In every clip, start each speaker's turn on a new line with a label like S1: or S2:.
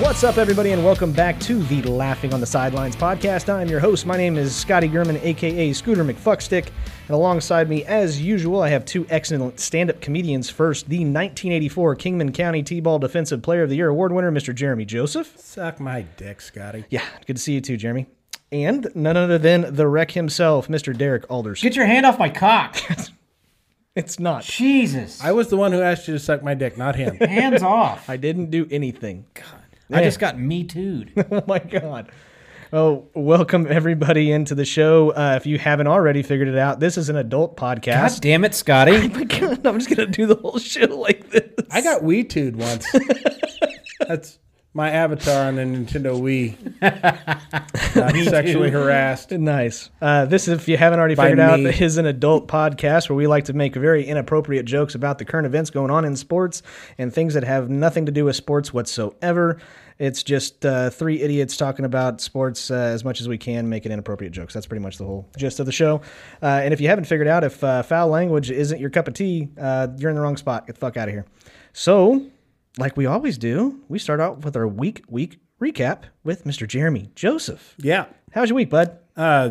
S1: What's up, everybody, and welcome back to the Laughing on the Sidelines podcast. I'm your host. My name is Scotty Gurman, aka Scooter McFuckstick, and alongside me, as usual, I have two excellent stand-up comedians. First, the 1984 Kingman County T-ball Defensive Player of the Year award winner, Mr. Jeremy Joseph.
S2: Suck my dick, Scotty.
S1: Yeah, good to see you too, Jeremy. And none other than the wreck himself, Mr. Derek Alders.
S3: Get your hand off my cock.
S1: It's not.
S3: Jesus.
S2: I was the one who asked you to suck my dick, not him.
S3: Hands off.
S1: I didn't do anything.
S3: I just got me too'd.
S1: Oh my god. Oh, welcome everybody into the show. Uh, if you haven't already figured it out, this is an adult podcast.
S3: God damn it, Scotty.
S1: my god, I'm just gonna do the whole show like this.
S2: I got Wii tooed once. That's my avatar on the Nintendo Wii. Got sexually harassed.
S1: Nice. Uh, this, if you haven't already
S2: By
S1: figured out,
S2: me.
S1: is an adult podcast where we like to make very inappropriate jokes about the current events going on in sports and things that have nothing to do with sports whatsoever. It's just uh, three idiots talking about sports uh, as much as we can, making inappropriate jokes. That's pretty much the whole gist of the show. Uh, and if you haven't figured out if uh, foul language isn't your cup of tea, uh, you're in the wrong spot. Get the fuck out of here. So, like we always do, we start out with our week week recap with Mr. Jeremy Joseph.
S2: Yeah.
S1: How's your week, bud?
S2: Uh,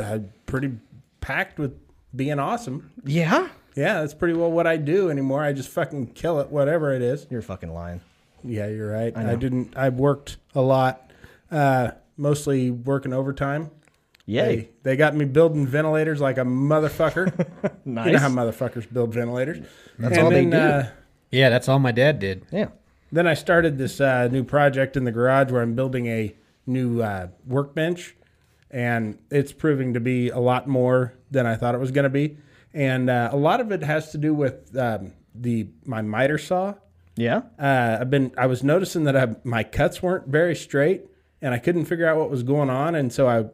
S2: uh, pretty packed with being awesome.
S1: Yeah.
S2: Yeah, that's pretty well what I do anymore. I just fucking kill it, whatever it is.
S1: You're fucking lying.
S2: Yeah, you're right. I, didn't. I worked a lot, uh, mostly working overtime.
S1: Yay.
S2: They, they got me building ventilators like a motherfucker.
S1: nice.
S2: You know how motherfuckers build ventilators. That's
S1: all they do.
S2: Uh,
S3: yeah, that's all my dad did.
S1: yeah.
S2: then I started this uh, new project in the garage where I'm building a new uh, workbench, and it's proving to be a lot more than I thought it was going to be. And uh, a lot of it has to do with um, the my miter saw.
S1: Yeah.
S2: Uh, I've been I was noticing that I, my cuts weren't very straight, and I couldn't figure out what was going on, and so I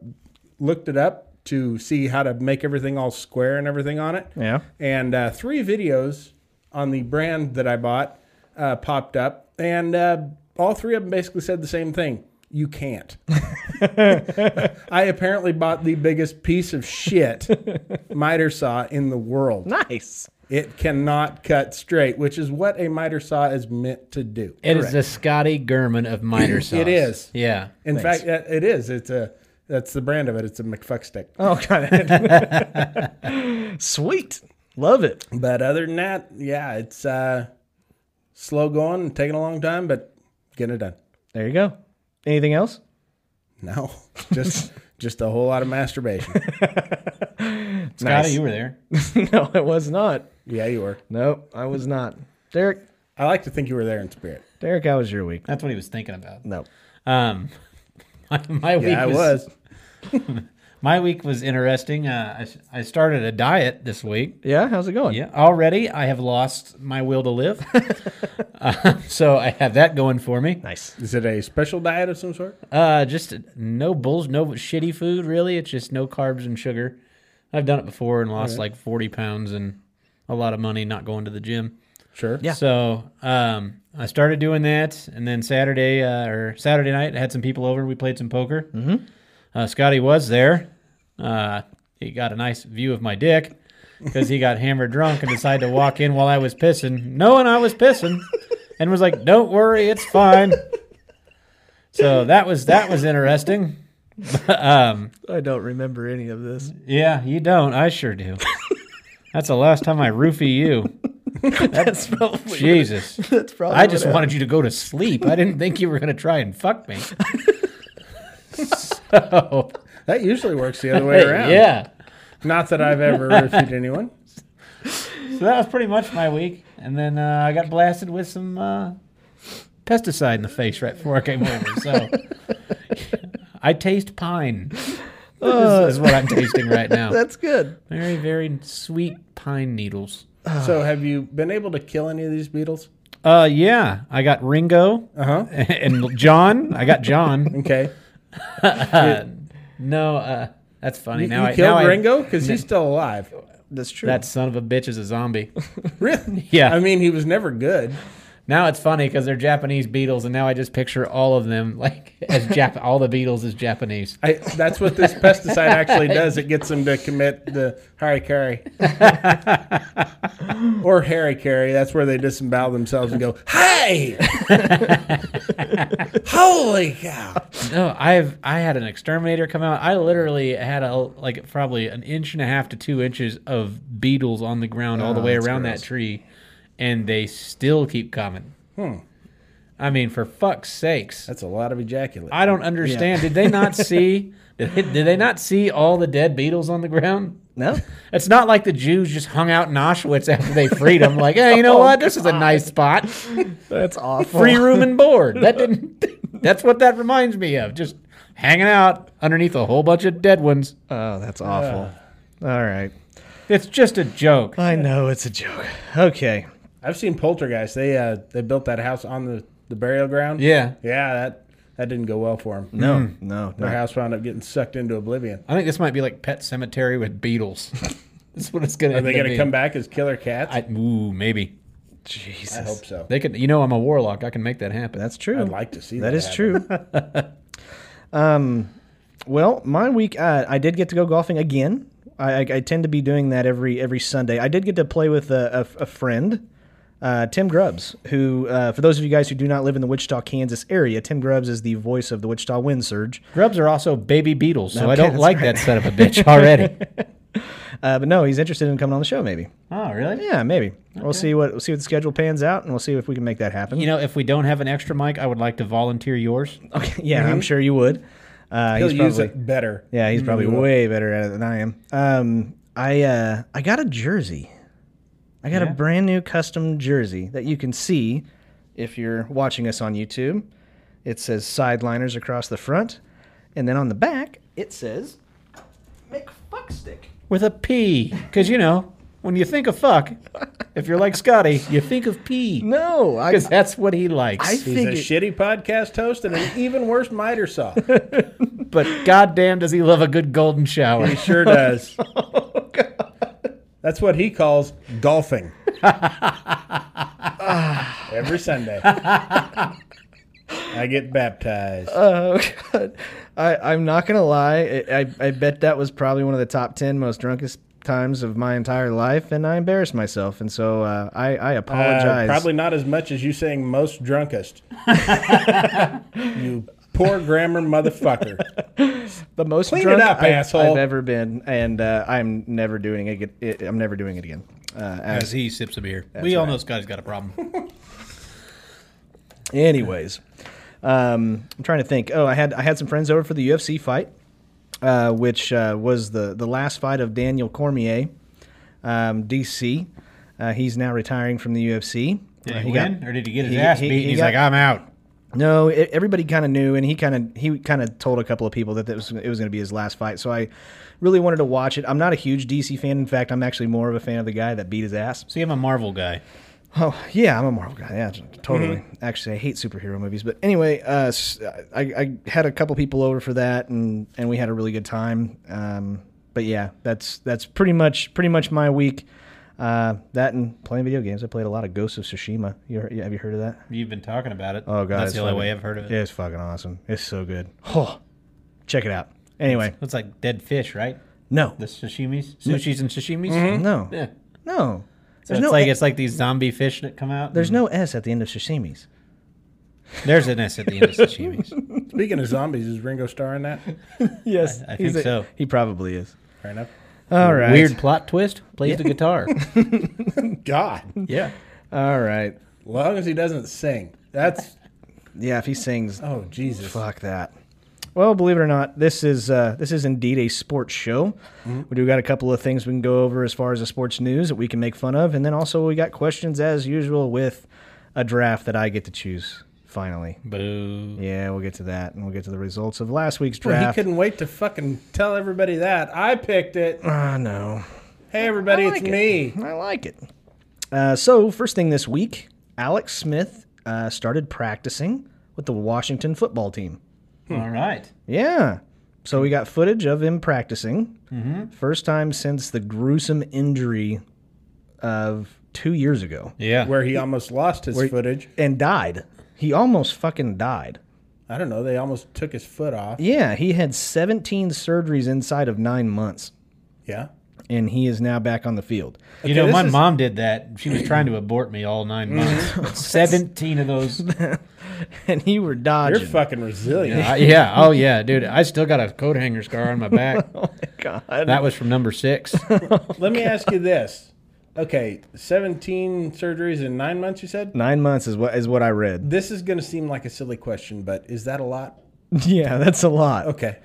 S2: looked it up to see how to make everything all square and everything on it
S1: Yeah.
S2: and uh, three videos on the brand that I bought uh, popped up, and uh, all three of them basically said the same thing: "You can't." I apparently bought the biggest piece of shit miter saw in the world.
S1: Nice.
S2: It cannot cut straight, which is what a miter saw is meant to do.
S3: It is the Scotty Gurman of minor sauce.
S2: It is.
S3: Yeah.
S2: In fact, it it is. It's a that's the brand of it. It's a McFuck stick.
S1: Oh god. Sweet. Love it.
S2: But other than that, yeah, it's uh, slow going, and taking a long time, but getting it done.
S1: There you go. Anything else?
S2: No, just just a whole lot of masturbation.
S3: Scotty, you were there.
S1: no, it was not.
S2: Yeah, you were.
S1: Nope, I was not. Derek,
S2: I like to think you were there in spirit.
S1: Derek, how was your week?
S3: That's what he was thinking about.
S1: No.
S3: Um, my, my week
S2: Yeah, I was.
S3: My week was interesting. Uh, I, s- I started a diet this week.
S1: Yeah, how's it going?
S3: Yeah, already I have lost my will to live. Uh, so I have that going for me.
S1: Nice.
S2: Is it a special diet of some sort?
S3: Uh, just no bulls, no shitty food. Really, it's just no carbs and sugar. I've done it before and lost like forty pounds and a lot of money not going to the gym.
S2: Sure.
S1: Yeah.
S3: So um, I started doing that, and then Saturday uh, or Saturday night, I had some people over. We played some poker. Mm-hmm. Uh, Scotty was there. Uh, he got a nice view of my dick because he got hammered drunk and decided to walk in while I was pissing, knowing I was pissing, and was like, "Don't worry, it's fine." So that was that was interesting. um,
S1: I don't remember any of this.
S3: yeah, you don't. I sure do. That's the last time I roofie you.
S1: That's probably
S3: Jesus.
S1: that's probably
S3: I just
S1: what
S3: wanted you to go to sleep. I didn't think you were going to try and fuck me. so,
S2: That usually works the other way around.
S3: yeah.
S2: Not that I've ever refuted anyone.
S3: So that was pretty much my week. And then uh, I got blasted with some uh, pesticide in the face right before I came over. So I taste pine. This is what I'm tasting right now.
S1: That's good.
S3: Very, very sweet pine needles.
S2: So, have you been able to kill any of these beetles?
S3: Uh, yeah. I got Ringo
S2: Uh huh.
S3: and John. I got John.
S2: Okay.
S3: No, uh, That's funny.
S2: You,
S3: now
S2: you
S3: I now
S2: killed
S3: I-
S2: Ringo because he's still alive.
S1: That's true.
S3: that son of a bitch is a zombie.
S2: Really?
S3: Yeah.
S2: I mean, he was never good.
S3: now it's funny because they're Japanese Beatles, and now I just picture all of them like as Jap. all the Beatles is Japanese.
S2: I, that's what this pesticide actually does. It gets him to commit the harikari or harikari. That's where they disembowel themselves and go, "Hey, holy cow!"
S3: No, I've I had an exterminator come out. I literally had a like probably an inch and a half to two inches of beetles on the ground all the way around that tree, and they still keep coming. I mean, for fuck's sakes!
S2: That's a lot of ejaculate.
S3: I don't understand. Did they not see? Did, did they not see all the dead beetles on the ground?
S1: no.
S3: It's not like the Jews just hung out in Auschwitz after they freed them. Like, hey, you know what? This is a nice spot.
S1: That's awful.
S3: Free room and board. That didn't. That's what that reminds me of. Just hanging out underneath a whole bunch of dead ones.
S1: Oh, that's awful. Uh, All right.
S3: It's just a joke.
S1: I know it's a joke. Okay.
S2: I've seen Poltergeist. They uh, they built that house on the, the burial ground.
S3: Yeah.
S2: yeah. That that didn't go well for him.
S1: No, no,
S2: Their
S1: no.
S2: house wound up getting sucked into oblivion.
S3: I think this might be like Pet Cemetery with beetles. That's what it's gonna.
S2: Are they going to come back as killer cats?
S3: I,
S2: I,
S3: ooh, maybe
S1: Jesus.
S2: hope so.
S3: they could. You know, I'm a warlock. I can make that happen.
S1: That's true.
S2: I'd like to see that.
S1: that is
S2: happen.
S1: true. um, well, my week, uh, I did get to go golfing again. I, I, I tend to be doing that every every Sunday. I did get to play with a, a, a friend, uh, Tim Grubbs, who, uh, for those of you guys who do not live in the Wichita, Kansas area, Tim Grubbs is the voice of the Wichita Wind Surge.
S3: Grubs are also baby beetles, so I
S1: Okay,
S3: don't
S1: that's
S3: like
S1: right.
S3: that son of a bitch already.
S1: Uh, but no, he's interested in coming on the show, maybe.
S3: oh, really?
S1: Yeah, maybe. We'll see what we'll see what the schedule pans out, and we'll see if we can make that happen.
S3: You know, if we don't have an extra mic, I would like to volunteer yours.
S1: Okay, yeah, I'm sure you would. Uh,
S2: He'll
S1: he's
S2: use
S1: probably,
S2: it better.
S1: yeah, he's probably
S2: will.
S1: way better at it than I am. Um, I uh, I got a jersey. I got a brand new custom jersey that you can see if you're watching us on YouTube. It says sideliners across the front, and then on the back it says McFuckstick.
S3: with a P. Because, you know, when you think of fuck, if you're like Scotty, you think of P.
S1: No, I
S3: Because that's what he likes.
S1: I
S2: He's a
S1: think it,
S2: shitty podcast host and an even worse miter saw.
S3: but goddamn, does he love a good golden shower.
S2: He sure does.
S1: Oh,
S2: That's what he calls golfing.
S1: Ah.
S2: Every Sunday. I get baptized.
S1: oh god, I I'm not gonna lie. I, I I bet that was probably one of the top ten most drunkest times of my entire life, and I embarrassed myself, and so uh, I I
S2: Uh,
S1: apologize.
S2: probably not as much as you saying most drunkest. you poor grammar motherfucker.
S1: the most
S2: Clean it
S1: drunk
S2: up,
S1: I've,
S2: asshole.
S1: I've ever been, and uh, I'm never doing it. ag- it- I'm never doing it again. Uh, as-
S3: As he sips a beer. we all know Scotty's got a problem.
S1: anyways, um, I'm trying to think. Oh, I had I had some friends over for the UFC fight, uh, which uh, was the the last fight of Daniel Cormier, um, DC. Uh, he's now retiring from the UFC.
S3: Did
S1: Uh,
S3: he,
S1: got-
S3: win? or did he get his
S1: he-
S3: ass
S1: he-
S3: beat?
S1: he
S3: and he's
S1: got-
S3: like, I'm out.
S1: No, e- everybody kind of knew, and he kind of he kind of told a couple of people that it was it was going to be his last fight. So I really wanted to watch it. I'm not a huge DC fan. In fact, I'm actually more of a fan of the guy that beat his ass.
S3: So you have a Marvel guy.
S1: Oh yeah, I'm a Marvel guy. Yeah, totally. Actually, I hate superhero movies. But anyway, uh, s- I, I had a couple people over for that, and and we had a really good time. Um, but yeah, that's that's pretty much pretty much my week. Uh, that and playing video games. I played a lot of Ghost of Tsushima. You, heard- have you heard of that?
S3: You've been talking about it.
S1: Oh god,
S3: That's
S1: it's
S3: the only
S1: fucking-
S3: way I've heard of it.
S1: It's fucking awesome. It's so good. Oh, check it out. Anyway,
S3: It's like dead fish, right?
S1: no,
S3: The sashimis, sushis, and sashimis.
S1: no,
S3: Yeah.
S1: no.
S3: So
S1: There's
S3: it's
S1: no.
S3: like
S1: e-
S3: it's like these zombie fish that come out.
S1: there's no S at the end of sashimis.
S3: There's an S at the end of sashimis.
S2: Speaking of zombies, is Ringo Starr in that?
S1: Yes,
S3: I think so.
S1: He probably is.
S2: Fair enough.
S1: All right.
S3: Weird plot twist. Plays the guitar.
S2: God,
S3: yeah.
S1: All right.
S2: long as he doesn't sing. That's
S1: Yeah, if he sings,
S2: oh Jesus.
S1: fuck that. Well, believe it or not, this is uh, this is indeed a sports show. We do got a couple of things we can go over as far as the sports news that we can make fun of, and then also we got questions as usual with a draft that I get to choose finally.
S3: Boo.
S1: Yeah, we'll get to that, and we'll get to the results of last week's
S2: Well, he
S1: draft.
S2: couldn't wait to fucking tell everybody that. I picked it.
S1: Ah, no,
S2: Hey, everybody,
S1: like
S2: it's
S1: it.
S2: me.
S1: I like it. Uh, so first thing this week, Alex Smith uh, started practicing with the Washington football team.
S3: All right.
S1: Yeah. So we got footage of him practicing.
S2: Mm-hmm.
S1: First time since the gruesome injury of two years ago
S3: Yeah.
S2: where he almost lost his footage.
S1: and died. He almost fucking died.
S2: I don't know. They almost took his foot off.
S1: Yeah, he had 17 surgeries inside of nine months,
S2: Yeah.
S1: and he is now back on the field.
S3: you know,
S2: this
S3: my
S2: is-
S3: mom did that. She was trying to abort me all nine months. Seventeen of those.
S1: And you were dodging.
S2: You're fucking resilient.
S3: Uh, yeah. Oh yeah, dude. I still got a coat hanger scar on my back.
S1: God.
S3: That was from number six.
S2: Let me ask you this. Okay, 17 surgeries in nine months, you said?
S1: Nine months is what is what I read.
S2: This is going to seem like a silly question, but is that a lot?
S1: Yeah, that's a lot.
S2: Okay.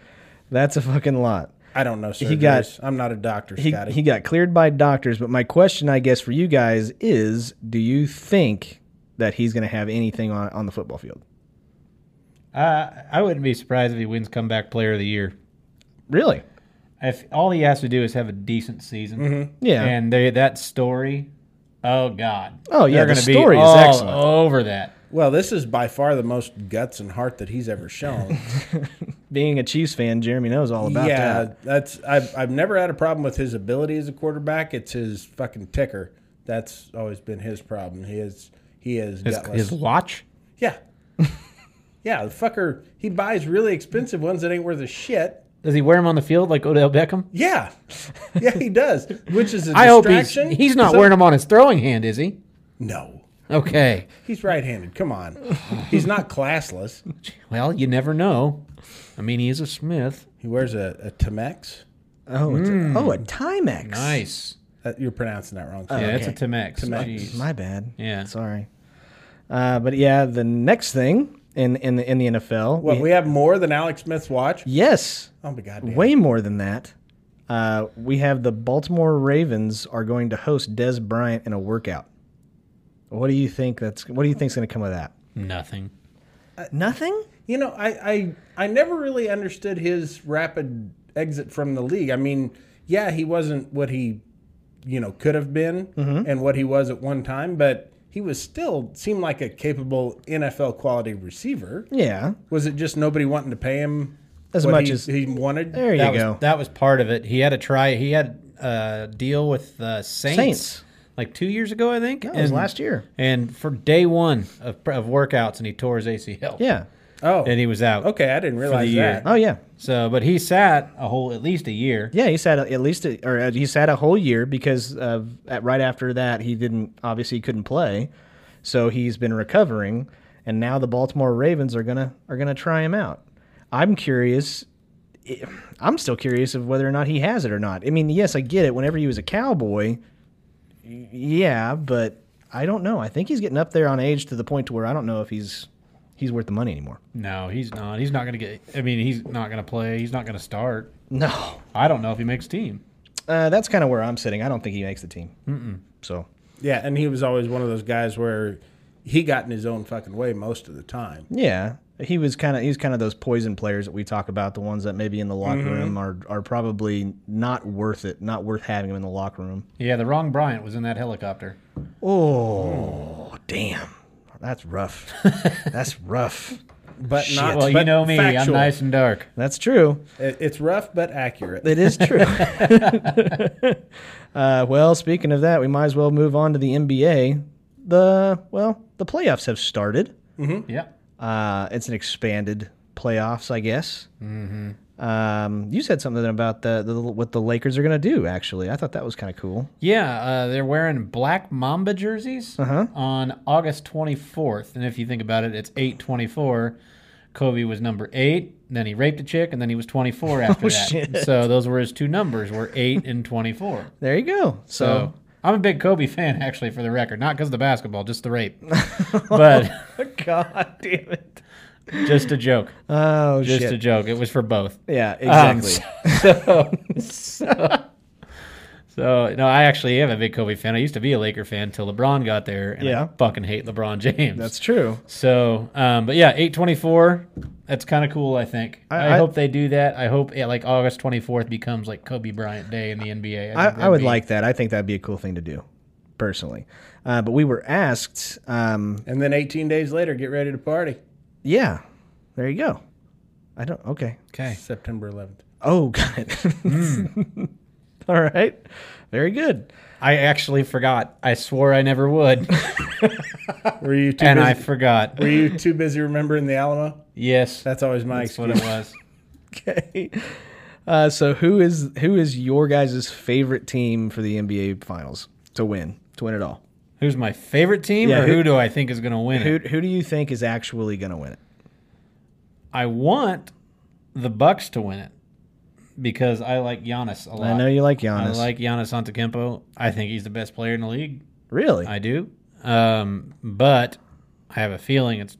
S1: That's a fucking lot.
S2: I don't know. Surgeries.
S1: got-
S2: I'm not a doctor,
S1: He,
S2: Scotty.
S1: he got cleared by doctors, but my question, I guess, for you guys is: Do you think that he's going to have anything on, on the football field?
S3: Uh, I wouldn't be surprised if he wins comeback player of the year.
S1: Really?
S3: If all he has to do is have a decent season,
S1: Yeah.
S3: and they that story, oh god,
S1: Oh, yeah, the
S3: They're gonna be
S1: story is
S3: all
S1: excellent.
S3: over that.
S2: well, this is by far the most guts and heart that he's ever shown.
S1: Being a Chiefs fan, Jeremy knows all about
S2: yeah,
S1: that.
S2: that's I've I've never had a problem with his ability as a quarterback. It's his fucking ticker. That's always been his problem. He is he is
S3: His,
S2: gutless.
S3: his watch.
S2: yeah. yeah, the fucker he buys really expensive ones that ain't worth a shit.
S3: Does he wear him on the field like Odell Beckham?
S2: Yeah. Yeah, he does. Which is a
S3: I hope he's,
S2: distraction.
S3: he's not
S2: So-
S3: wearing them on his throwing hand, is he?
S2: No.
S3: Okay.
S2: He's right handed. Come on. He's not classless.
S3: Well, you never know. I mean, he is a Smith.
S2: He wears a, a Temex.
S1: Oh, it's a, oh, a Timex.
S3: Nice.
S2: That, Uh, you're pronouncing that wrong.
S3: Yeah,
S2: sorry.
S3: that's a Timex. Jeez.
S1: My bad.
S3: Yeah.
S1: Sorry. Uh, but yeah, the next thing in in the, in the NFL.
S2: What, we have more than Alex Smith's watch?
S1: yes.
S2: Oh, my God.
S1: Way more than that. Uh, we have the Baltimore Ravens are going to host Des Bryant in a workout. What do you think that's what do you think's going to come of that?
S3: Nothing.
S1: Nothing?
S2: You know, I, I, I never really understood his rapid exit from the league. I mean, yeah, he wasn't what he, you know, could have been
S1: Mm-hmm.
S2: and what he was at one time, but he was still seemed like a capable NFL quality receiver.
S1: Yeah.
S2: Was it just nobody wanting to pay him
S1: As
S2: what
S1: much
S2: he,
S1: as-
S2: he wanted?
S1: There you
S3: that was,
S1: go.
S3: That was part of it. He had a try. He had a deal with the Saints,
S1: Saints.
S3: like two years ago, I think.
S1: That was last year.
S3: And for day one of, of workouts, and he tore his ACL.
S1: Yeah.
S2: Oh,
S3: And he was out.
S2: okay. I didn't realize
S3: year.
S2: that.
S1: Oh yeah.
S3: So, but he sat a whole at least a year.
S1: Yeah, he sat at least, a, or uh, he sat a whole year because uh, at, right after that he didn't obviously he couldn't play, so he's been recovering, and now the Baltimore Ravens are gonna are gonna try him out. I'm curious. i- I'm still curious of whether or not he has it or not. I mean, yes, I get it. Whenever he was a cowboy, y- yeah, but I don't know. I think he's getting up there on age to the point to where I don't know if he's he's worth the money anymore.
S3: No, he's not. He's not going to get. I mean, he's not going to play. He's not going to start.
S1: No,
S3: I don't know if he makes team.
S1: uh, that's kind of where I'm sitting. I don't think he makes the team. Mm-mm. So
S2: Yeah, and he was always one of those guys where he got in his own fucking way most of the time.
S1: Yeah, he was kind of he's kind of those poison players that we talk about, the ones that maybe in the locker room are are probably not worth it, not worth having them in the locker room.
S3: Yeah, the wrong Bryant was in that helicopter.
S1: Oh, damn, that's rough. that's rough.
S2: But not
S3: Well, you
S2: but
S3: know me.
S2: factual.
S3: I'm nice and dark.
S1: That's true.
S2: It- It's rough but accurate.
S1: It is true. uh, well, speaking of that, we might as well move on to the NBA. The well, the playoffs have started.
S3: Yeah.
S1: Uh, it's an expanded playoffs, I guess. Mm-hmm. Um, you said something about the, the what the Lakers are going to do. Actually, I thought that was kind of cool.
S3: Yeah, uh, they're wearing black Mamba jerseys on August 24th. And if you think about it, it's 824. Kobe was number eight. Then he raped a chick, and then he was 24 after that.
S1: shit.
S3: So those were his two numbers: were eight and 24.
S1: There you go. So,
S3: So I'm a big Kobe fan, actually, for the record. Not because of the basketball, just the rape. but
S1: God damn it.
S3: just a joke.
S1: Oh
S3: Just
S1: shit.
S3: a joke. It was for both.
S1: yeah,
S3: Um,
S1: exactly.
S3: so, so, so, no, I actually am a big Kobe fan. I used to be a Laker fan till LeBron got there, and
S1: Yeah.
S3: I fucking hate LeBron James.
S1: That's true.
S3: so, um, but yeah, eight twenty four. That's kind of cool. I think. I,
S1: I-
S3: hope they do that. I hope yeah, like August twenty fourth becomes like Kobe Bryant Day in the
S1: I,
S3: NBA. think
S1: I
S3: that'd
S1: would
S3: be-
S1: like that. I think that'd be a cool thing to do, personally. Uh, but we were asked. Um,
S2: And then 18 days later, get ready to party.
S1: yeah, there you go. I don't. Okay.
S3: Okay.
S2: September 11th.
S1: Oh, got it.
S3: Hmm.
S1: All right. Very good.
S3: I actually forgot. I swore I never would,
S2: Were you too
S3: and I
S2: busy?
S3: forgot.
S2: were you too busy remembering the Alamo?
S3: Yes,
S2: That's always my
S3: that's what
S2: excuse.
S3: it was.
S1: Okay. Uh, so who is who is your guys' favorite team for the NBA Finals to win to win it all?
S3: Who's my favorite team,
S1: Yeah,
S3: or
S1: who-
S3: who, do I think is going to win
S1: Who
S3: it?
S1: who do you think is actually going to win it?
S3: I want the Bucks to win it because I like Giannis a lot.
S1: I know you like
S3: I
S1: Giannis.
S3: like Giannis Antetokounmpo. I think he's the best player in the league.
S1: really.
S3: I do, um, but I have a feeling it's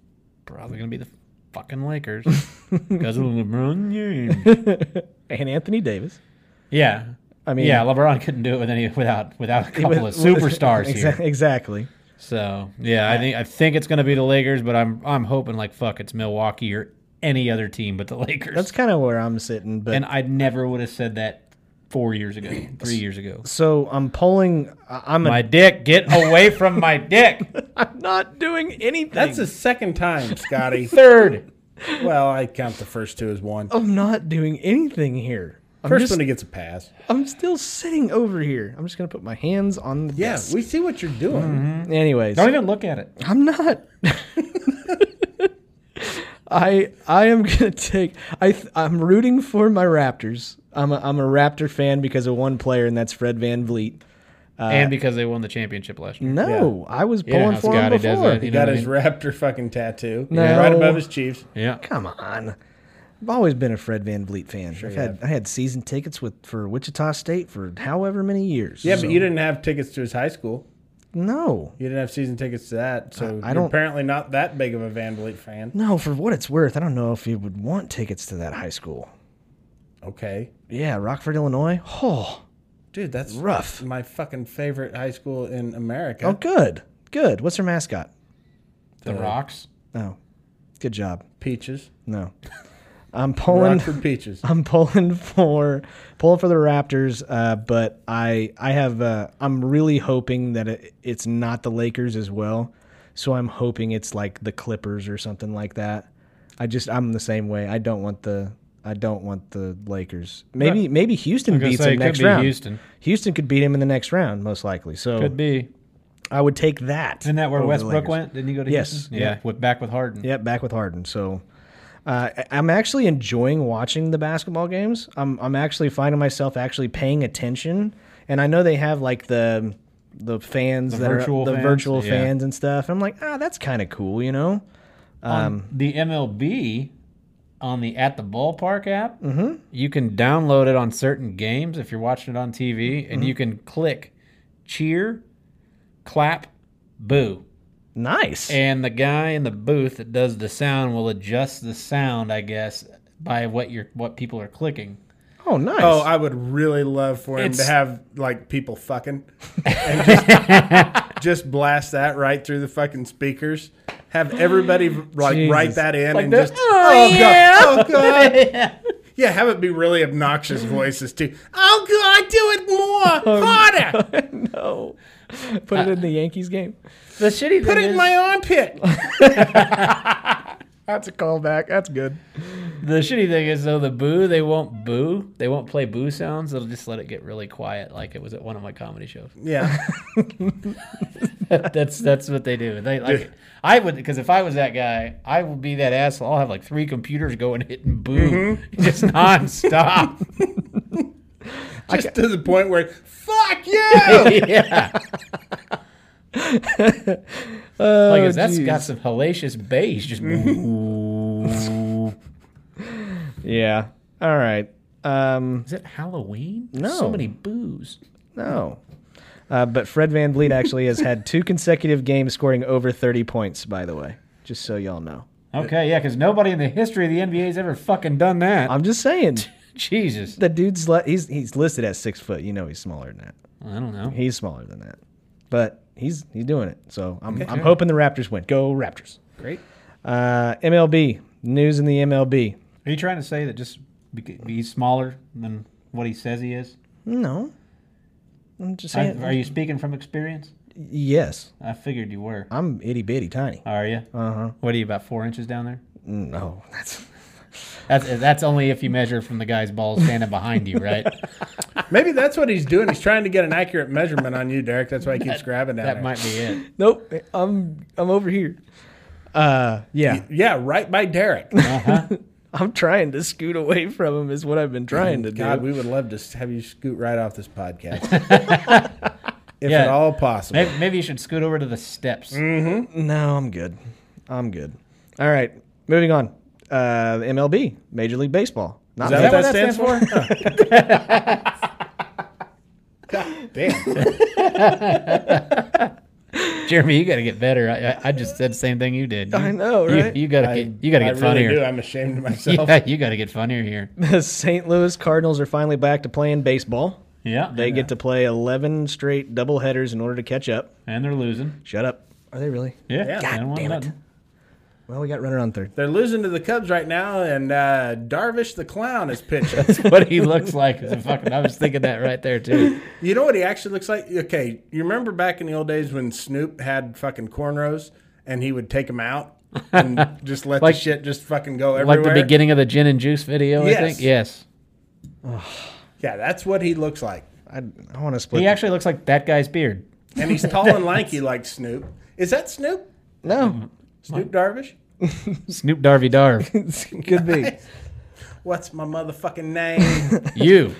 S3: probably going to be the fucking Lakers because of LeBron James.
S1: and Anthony Davis.
S3: Yeah,
S1: I mean,
S3: yeah, LeBron couldn't do it with any without without a couple
S1: with-
S3: of superstars here.
S1: Exa- Exactly.
S3: So yeah, I think I think it's gonna be the Lakers, but I'm I'm hoping like fuck it's Milwaukee or any other team but the Lakers.
S1: That's kind of where I'm sitting. But
S3: and I never would have said that four years ago, three years ago.
S1: so I'm polling. I- I'm a,
S3: My dick, get away from my dick.
S1: I'm not doing anything.
S2: That's the second time, Scotty.
S3: Third. Oh,
S2: well, I count the first two as one.
S1: I'm not doing anything here. I'm
S2: first
S1: just,
S2: one, he gets a pass.
S1: I'm still sitting over here. I'm just gonna put my hands on the
S2: Yeah,
S1: desk.
S2: we see what you're doing.
S3: Mm-hmm.
S1: Anyways,
S3: Don't even look at it.
S1: I'm not. I I am gonna take. I th- I'm rooting for my Raptors. I'm a, I'm a Raptor fan because of one player, and that's Fred Van Vliet.
S3: and because they won the championship last year.
S1: No, I was
S3: Yeah,
S1: Uh, pulling for him
S3: Scotty does
S1: before.
S3: that. You know
S2: Got
S3: what I
S2: his
S3: mean?
S2: Raptor fucking tattoo
S1: No.
S2: right above his Chiefs.
S3: Yeah.
S1: Come on. I've always been a Fred Van Vliet fan. I've had I had season tickets with for Wichita State for however many years.
S2: Yeah,
S1: So,
S2: but you didn't have tickets to his high school.
S1: no.
S2: You didn't have season tickets to that, so
S1: I
S2: you're
S1: don't-
S2: apparently not that big of a Van Vliet fan.
S1: No, for what it's worth, I don't know if you would want tickets to that high school.
S2: Okay,
S1: Yeah, Rockford, Illinois. Oh,
S2: dude, that's
S1: Rough.
S2: My fucking favorite high school in America.
S1: oh, good, good. What's their mascot?
S3: The Rocks.
S1: Oh, good job.
S2: Peaches,
S1: No, I'm
S3: Oh,
S1: pulling.
S2: Rockford Peaches.
S1: I'm pulling for pulling for the Raptors, uh, but I I have uh, I'm really hoping that it, it's not the Lakers as well. So I'm hoping it's like the Clippers or something like that. I just I'm the same way. I don't want the I don't want the Lakers. Maybe maybe Houston
S3: gonna
S1: beats him
S3: say, it could
S1: next
S3: be
S1: round.
S3: Houston.
S1: Houston could beat him in the next round, most likely. So
S3: Could be.
S1: I would take that.
S3: Isn't that where
S1: over the
S3: Westbrook
S1: Lakers.
S3: went? Didn't he go to
S1: Yes.
S3: Houston? Yeah. With back with Harden.
S1: Yep, back with Harden. So uh, I- I'm actually enjoying watching the basketball games. I'm I'm actually finding myself actually paying attention, and I know they have like the the fans that
S3: virtual
S1: are the
S3: fans?
S1: virtual
S3: Yeah.
S1: fans and stuff. I'm like, ah, that's kind of cool, you know.
S3: the MLB on the at the ballpark app,
S1: Mm-hmm.
S3: you can download it on certain games if you're watching it on TV,
S1: Mm-hmm.
S3: and you can click cheer, clap, boo.
S1: Nice.
S3: And the guy in the booth that does the sound will adjust the sound, I guess, by what you're what people are clicking.
S1: oh, nice.
S2: Oh, I would really love for him to
S3: It's-
S2: have like people fucking and just, just blast that right through the fucking speakers. Have everybody like write
S3: Jesus.
S2: that in
S3: Like
S2: and
S3: that,
S2: just oh, god, oh god, yeah, have it be really obnoxious voices too. Oh god, do it
S3: Oh,
S2: more, harder.
S1: no. Put it in the Yankees game.
S3: The shitty
S2: Put
S3: thing
S2: it
S3: is,
S2: in my armpit.
S1: That's a callback. That's good.
S3: the shitty thing is though the boo they won't boo they won't play boo sounds they'll just let it get really quiet like it was at one of my comedy shows.
S2: Yeah,
S3: that's that's what they do. They like I would because if I was that guy, I would be that asshole. I'll have like three computers going hitting boom just nonstop.
S2: just to the point where fuck you.
S3: yeah, like if that's got some hellacious bass. Just
S1: Yeah. All right. Um,
S3: is it Halloween?
S1: No.
S3: so many boos.
S1: No. Uh, but Fred Van Vliet actually has had two consecutive games scoring over 30 points, by the way, just so y'all know.
S3: Okay, yeah, because nobody in the history of the NBA has ever fucking done that.
S1: I'm just saying,
S3: Jesus,
S1: the dude's le- he's, he's listed at six foot. You know he's smaller than that.
S3: I don't know.
S1: He's smaller than that. But he's he's doing it. So I'm, I'm hoping the Raptors win. Go Raptors.
S3: Great.
S1: Uh, MLB, news in the MLB.
S3: Are you trying to say that just beca- he's smaller than what he says he is?
S1: No. I'm just
S3: I-
S1: saying.
S3: are you speaking from experience?
S1: yes.
S3: I figured you were.
S1: I'm itty bitty tiny.
S3: Uh-huh. Are you? Uh huh. What are you about four inches down there?
S1: No, that's
S3: That's that's only if you measure from the guy's balls standing behind you, right?
S2: Maybe that's what he's doing. He's trying to get an accurate measurement on you, Derek. That's why he keeps grabbing at
S3: that
S2: it.
S3: might be it.
S1: Nope, I'm I'm over here. Uh, yeah,
S2: Yeah, right by Derek.
S1: I'm trying to scoot away from him is what I've been trying to
S2: Mm, God,
S1: do.
S2: we would love to s- have you scoot right off this podcast. if
S3: Yeah.
S2: at all possible.
S3: Maybe, maybe you should scoot over to the steps.
S1: Mm. No, I'm good. I'm good. All right, moving on. Uh, MLB, Major League Baseball. Not
S2: Is that
S1: baseball.
S2: what that stands for? God damn.
S3: Jeremy, you got to get better. I, I, I just said the same thing you did. You,
S1: I know,
S3: you-
S1: right?
S3: You, got to get you got to
S2: I
S3: get
S2: really
S3: funnier.
S2: do. I'm ashamed of myself.
S3: yeah, you got to get funnier here.
S1: The St. Louis Cardinals are finally back to playing baseball.
S3: Yeah,
S1: They get to play 11 straight doubleheaders in order to catch up.
S3: and they're losing.
S1: Shut up. Are they really?
S3: Yeah,
S2: Yeah.
S3: they don't want
S1: damn it.
S3: nothing.
S1: Well, we got runner on third.
S2: They're losing to the Cubs right now, and uh, Darvish the clown is pitching.
S3: What he looks like is a fucking. I was thinking that right there too.
S2: You know what he actually looks like? Okay, you remember back in the old days when Snoop had fucking cornrows and he would take them out and just let
S3: Like-
S2: the shit just fucking go
S3: Like
S2: everywhere?
S3: the beginning of the gin and juice video. I
S2: Yes.
S3: think yes.
S2: Yeah, that's what he looks like.
S1: I, I want to split.
S3: He actually looks like that guy's beard.
S2: And he's tall and lanky like Snoop. Is that Snoop?
S1: no,
S2: Snoop Darvish?
S3: Snoop Darby Darv.
S1: could be.
S2: What's my motherfucking name?
S3: you.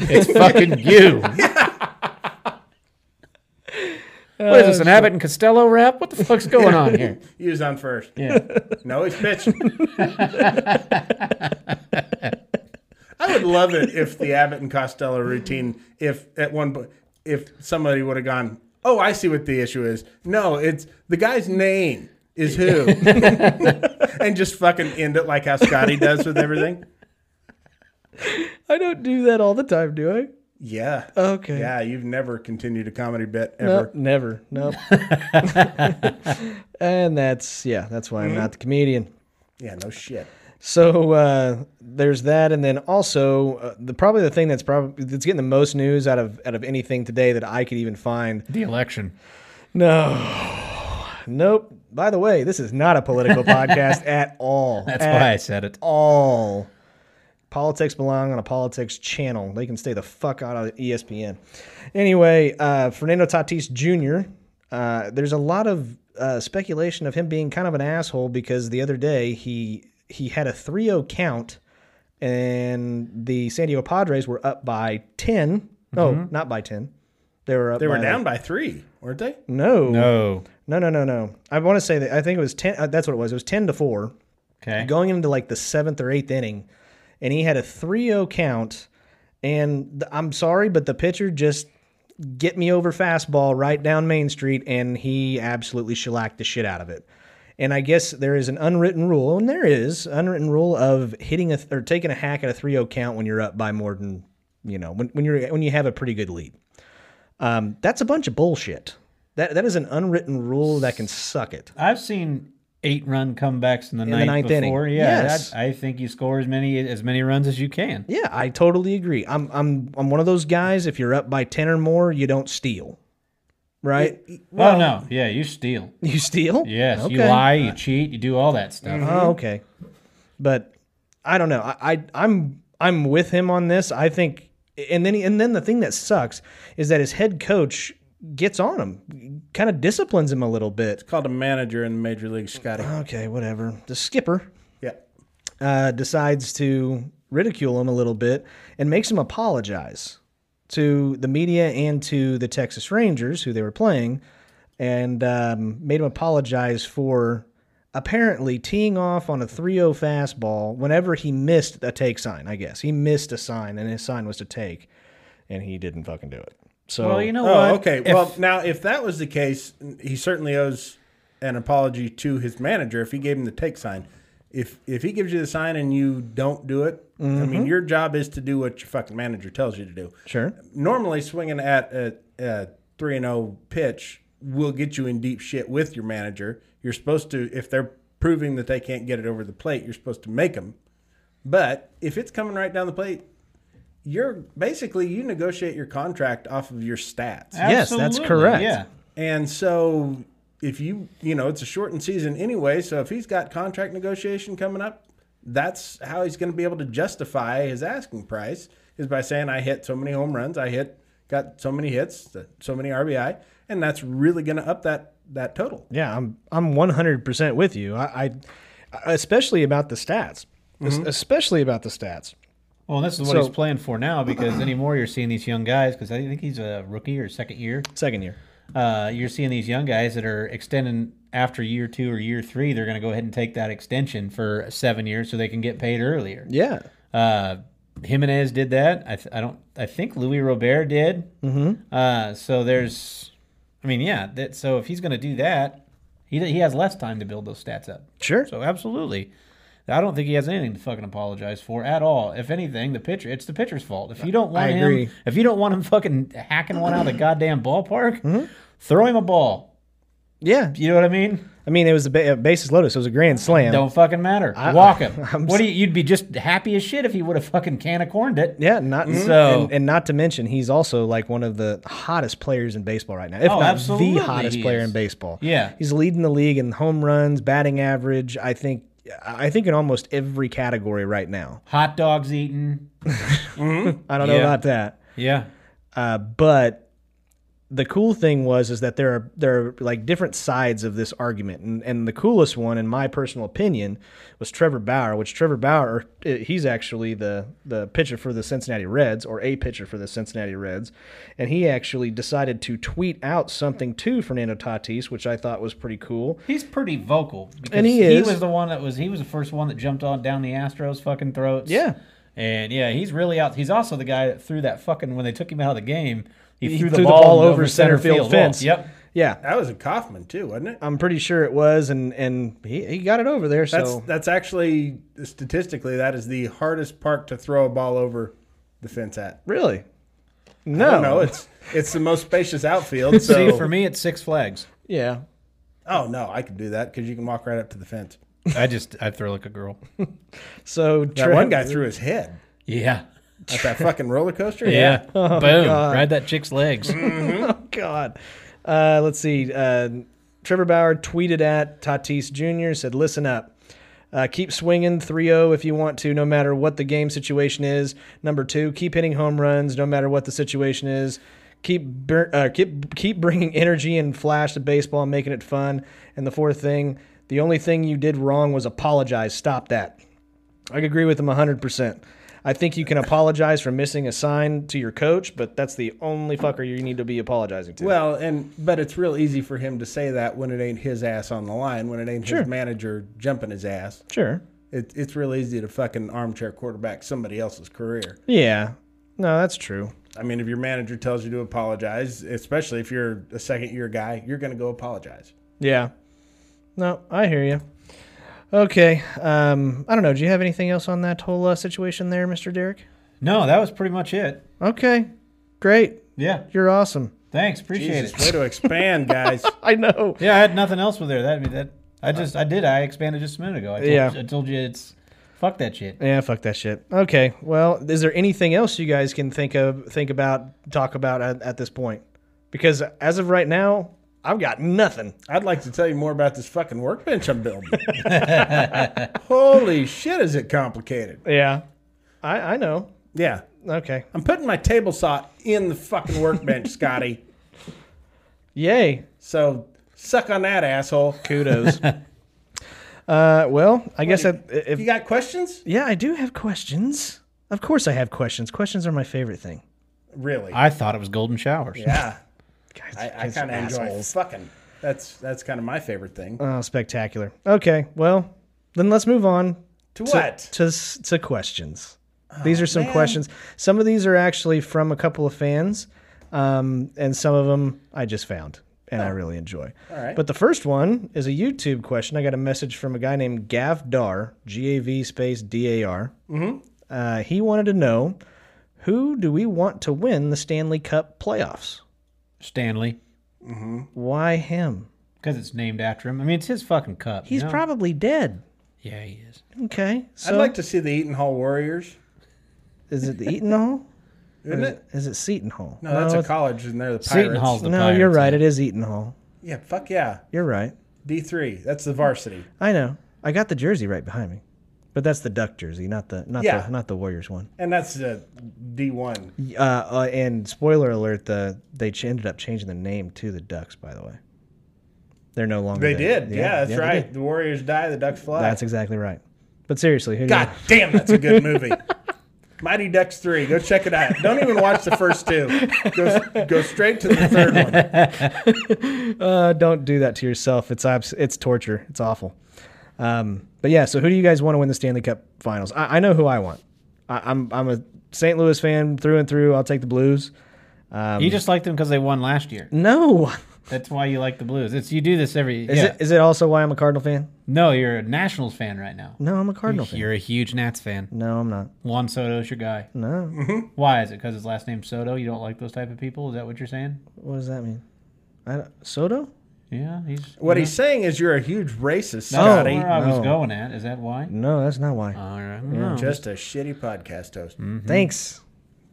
S3: It's fucking you. What is this, an Abbott and Costello rap? What the fuck's going on here?
S2: he was on first.
S3: Yeah.
S2: No, he's pitching. I would love it if the Abbott and Costello routine, if at one point, if somebody would have gone, oh, I see what the issue is. No, it's the guy's name is who, and just fucking end it like how Scotty does with everything.
S1: I don't do that all the time, do I?
S2: Yeah.
S1: Okay.
S2: Yeah, you've never continued a comedy bit
S1: No,
S2: ever.
S1: never. Nope. and that's yeah. That's why I'm not the comedian.
S2: Yeah, no shit.
S1: So uh, there's that, and then also uh, the probably the thing that's probably that's getting the most news out of out of anything today that I could even find.
S3: The election.
S1: No, nope. By the way, this is not a political podcast at all.
S3: That's
S1: at
S3: why I said it.
S1: all. Politics belong on a politics channel. They can stay the fuck out of E ESPN. Anyway, uh, Fernando Tatis Jr. Uh, there's a lot of uh, speculation of him being kind of an asshole because the other day he he had a 3-0 count, and the San Diego Padres were up by 10. No, not by 10. They were up.
S2: Mm-hmm. They were down by three, weren't they?
S1: No, no,
S3: No.
S1: no, no, no. no. I want to say that I think it was 10. Uh, that's what it was. It was 10 to four
S3: Okay.
S1: going into like the seventh or eighth inning, and he had a 3 0 count. And th- I'm sorry, but the pitcher just get me over fastball right down Main Street, and he absolutely shellacked the shit out of it. And I guess there is an unwritten rule, and there is unwritten rule of hitting a th- or taking a hack at a 3 0 count when you're up by more than, you know, when, when you're when you have a pretty good lead. Um, that's a bunch of bullshit. That, that is an unwritten rule that can suck it.
S3: I've seen eight run comebacks in the, ninth,
S1: ninth inning.
S3: before. Yeah.
S1: Yes.
S3: that- I think you score as many as many runs as you can.
S1: Yeah, I totally agree. I'm I'm I'm one of those guys. If you're up by ten or more, you don't steal, right?
S3: Well, Oh, no. Yeah, you steal.
S1: you steal?
S3: Yes. You
S1: Okay.
S3: lie, you cheat, you do all that stuff.
S1: Oh, okay. But I don't know. I, I I'm I'm with him on this. I think, and then he- and then the thing that sucks is that his head coach gets on him, kind of disciplines him a little bit.
S2: Called a manager in Major League Scotty.
S1: Okay, whatever. The skipper
S2: Yeah.
S1: uh, decides to ridicule him a little bit and makes him apologize to the media and to the Texas Rangers, who they were playing, and um, made him apologize for apparently teeing off on a 3 0 fastball whenever he missed a take sign, I guess. He missed a sign, and his sign was to take, and he didn't fucking do it. So,
S3: Well, you know
S2: Oh,
S3: what?
S2: okay.
S3: If-
S2: well, now if that was the case, he certainly owes an apology to his manager if he gave him the take sign. If if he gives you the sign and you don't do it, I mean, your job is to do what your fucking manager tells you to do.
S1: sure.
S2: Normally, swinging at a, a three and zero pitch will get you in deep shit with your manager. You're supposed to if they're proving that they can't get it over the plate, you're supposed to make them. But if it's coming right down the plate. You're basically you negotiate your contract off of your stats.
S1: Yes, that's
S3: Absolutely,
S1: correct.
S3: Yeah.
S2: And so if you, you know, it's a shortened season anyway, so if he's got contract negotiation coming up, that's how he's going to be able to justify his asking price is by saying I hit so many home runs, I hit got so many hits, so many RBI, and that's really going to up that that total.
S1: Yeah, I'm I'm 100% with you. I, I especially about the stats. Es-
S3: Mm-hmm.
S1: Especially about the stats.
S3: Well, this is what
S1: So-
S3: he's playing for now because anymore you're seeing these young guys because I think he's a rookie or second year.
S1: Second year.
S3: Uh, you're seeing these young guys that are extending after year two or year three. They're going to go ahead and take that extension for seven years so they can get paid earlier.
S1: Yeah.
S3: Uh, Jimenez did that. I, th- I don't. I think Louis Robert did. Mm-hmm. Uh, so there's, I mean, yeah. That so if he's going to do that, he he has less time to build those stats up.
S1: Sure.
S3: So absolutely. I don't think he has anything to fucking apologize for at all. If anything, the pitcher it's the pitcher's fault. If you don't want
S1: I
S3: him
S1: agree.
S3: if you don't want him fucking hacking one out of the goddamn ballpark,
S1: Mm-hmm.
S3: throw him a ball.
S1: Yeah.
S3: You know what I mean?
S1: I mean, it was a ba- a bases loaded, so it was a grand slam.
S3: Don't fucking matter. Walk him. what do you, you'd be just happy as shit if he would have fucking can of corned it.
S1: Yeah, not
S3: Mm-hmm. So-
S1: and, and not to mention he's also like one of the hottest players in baseball right now. If
S3: Oh,
S1: not
S3: absolutely
S1: the hottest
S3: he
S1: player
S3: is.
S1: in baseball.
S3: Yeah.
S1: He's leading the league in home runs, batting average, I think I think in almost every category right now.
S3: Hot dogs eaten.
S1: I don't know
S3: Yeah.
S1: about that.
S3: Yeah.
S1: Uh, but the cool thing was is that there are there are like different sides of this argument, and and the coolest one, in my personal opinion, was Trevor Bauer. Which Trevor Bauer, uh, he's actually the the pitcher for the Cincinnati Reds, or a pitcher for the Cincinnati Reds, and he actually decided to tweet out something to Fernando Tatis, which I thought was pretty cool.
S3: He's pretty vocal. Because
S1: And he is.
S3: was the one that was. He was the first one that jumped on down the Astros fucking throats.
S1: Yeah.
S3: And yeah, he's really out. He's also the guy that threw that fucking when they took him out of the game. He,
S1: He
S3: threw, the, ball over, center, field, wall.
S1: fence.
S3: Yep.
S1: Yeah,
S2: That was a Kaufman too, wasn't it?
S1: I'm pretty sure it was, and and he, he got it over there.
S2: That's
S1: So
S2: that's actually statistically that is the hardest park to throw a ball over the fence at.
S1: really, no,
S2: No, no, it's it's the most spacious outfield. So
S3: See, for me, it's Six Flags.
S1: yeah.
S2: oh no, I can do that because you can walk right up to the fence.
S3: I just I throw like a girl.
S1: So
S2: That one guy threw his head
S3: Yeah.
S2: at that fucking roller coaster.
S3: Yeah. Boom. Ride that chick's legs.
S1: Oh, God. Uh, let's see. Uh, Trevor Bauer tweeted at Tatis Jr. said, "Listen up. Uh, keep swinging 3-0 if you want to, no matter what the game situation is. Number two, keep hitting home runs, no matter what the situation is. Keep bur- uh, keep keep bringing energy and flash to baseball and making it fun. And the fourth thing, the only thing you did wrong was apologize. Stop that." I agree with him 100%. I think you can apologize for missing a sign to your coach, but that's the only fucker you need to be apologizing to.
S2: Well, and but it's real easy for him to say that when it ain't his ass on the line, when it ain't his manager jumping his ass.
S1: sure.
S2: It, it's real easy to fucking armchair quarterback somebody else's career.
S1: Yeah. No, that's true.
S2: I mean, if your manager tells you to apologize, especially if you're a second year guy, you're going to go apologize.
S1: Yeah. No, I hear you. Okay. Um, I don't know. Do you have anything else on that whole uh, situation there, Mr. Derek?
S3: No, that was pretty much it.
S1: Okay. Great.
S3: Yeah.
S1: You're awesome.
S3: Thanks. Appreciate
S2: Jesus,
S3: it.
S2: way to expand, guys.
S1: I know.
S3: Yeah, I had nothing else with there. That I mean, that I just I did. I expanded just a minute ago. I told,
S1: Yeah.
S3: I told you it's fuck that shit.
S1: Yeah, fuck that shit. Okay. Well, is there anything else you guys can think of, think about, talk about at, at this point? Because as of right now, I've got nothing.
S2: I'd like to tell you more about this fucking workbench I'm building. Holy shit, is it complicated?
S1: Yeah. I, I know.
S2: Yeah.
S1: Okay.
S2: I'm putting my table saw in the fucking workbench, Scotty.
S1: Yay.
S2: So suck on that, asshole.
S1: Kudos. uh, well, I guess that if
S2: You got questions?
S1: yeah, I do have questions. Of course, I have questions. Questions are my favorite thing.
S2: Really?
S3: I thought it was golden showers.
S2: yeah.
S1: Guys,
S2: I, I
S1: guys are
S2: kind of enjoy
S1: assholes.
S2: fucking. That's that's kind of my favorite thing.
S1: Oh, spectacular. Okay. Well, then let's move on
S2: to
S1: to-
S2: what? Oh,
S1: to s- to questions. these are some questions. Some of these are actually from a couple of fans, um, and some of them I just found and I really enjoy. All
S2: Oh. right.
S1: But the first one is a YouTube question. I got a message from a guy named Gav Dar, G A V space D A R.
S2: Mm-hmm.
S1: Uh, he wanted to know who do we want to win the Stanley Cup playoffs?
S3: Stanley,
S1: Why him?
S3: because it's named after him. I mean, it's his fucking cup. you
S1: He's
S3: know?
S1: probably dead.
S3: yeah, he is.
S1: Okay. So
S2: I'd like to see the Eaton Hall Warriors.
S1: is it the Eaton Hall?
S2: Isn't it?
S1: Is it Seton Hall?
S2: No, that's a
S1: it's-
S2: college, and they're the Pirates.
S3: Seton Hall's the
S1: No,
S3: Pirates,
S1: you're right.
S3: yeah.
S1: It is Eaton Hall.
S2: Yeah, fuck yeah.
S1: You're right.
S2: D three. That's the varsity.
S1: I know. I got the jersey right behind me. But that's the Duck jersey, not the not
S2: Yeah.
S1: the not the Warriors one.
S2: and that's the D one.
S1: Uh, uh, and spoiler alert: the they ch- ended up changing the name to the Ducks. By the way, they're no longer.
S2: They
S1: the-
S2: did. Yeah, that's
S1: they
S2: right.
S1: did.
S2: The Warriors die, the Ducks fly.
S1: That's exactly right. But seriously, who do
S2: God damn, that's a good movie. Mighty Ducks 3. Go check it out. Don't even watch the first two. Go, go straight to the third
S1: you-
S2: one.
S1: uh, don't do that to yourself. It's abs- it's torture. It's awful. Um, but yeah, so who do you guys want to win the Stanley Cup Finals? I, I know who I want. I, I'm I'm a St. Louis fan through and through. I'll take the Blues.
S3: you just like them because they won last year.
S1: No,
S3: That's why you like the Blues. It's you do this every.
S1: is
S3: yeah.
S1: it is it also why I'm a Cardinal fan?
S3: No, you're a Nationals fan right now.
S1: No, I'm a Cardinal fan.
S3: You're a huge Nats fan.
S1: No, I'm not.
S3: Juan Soto's your guy.
S1: No,
S3: Mm-hmm. Why is it? Because his last name's Soto. You don't like those type of people. Is that what you're saying?
S1: what does that mean? I don't- Soto?
S3: Yeah, he's.
S2: What
S3: you
S2: he's saying is you're a huge racist,
S3: know, that's
S2: Scotty.
S3: where I was
S1: no.
S3: going at. Is that why?
S1: No, that's not why.
S3: All right. No.
S2: Just a shitty podcast host.
S3: Mm-hmm.
S1: Thanks.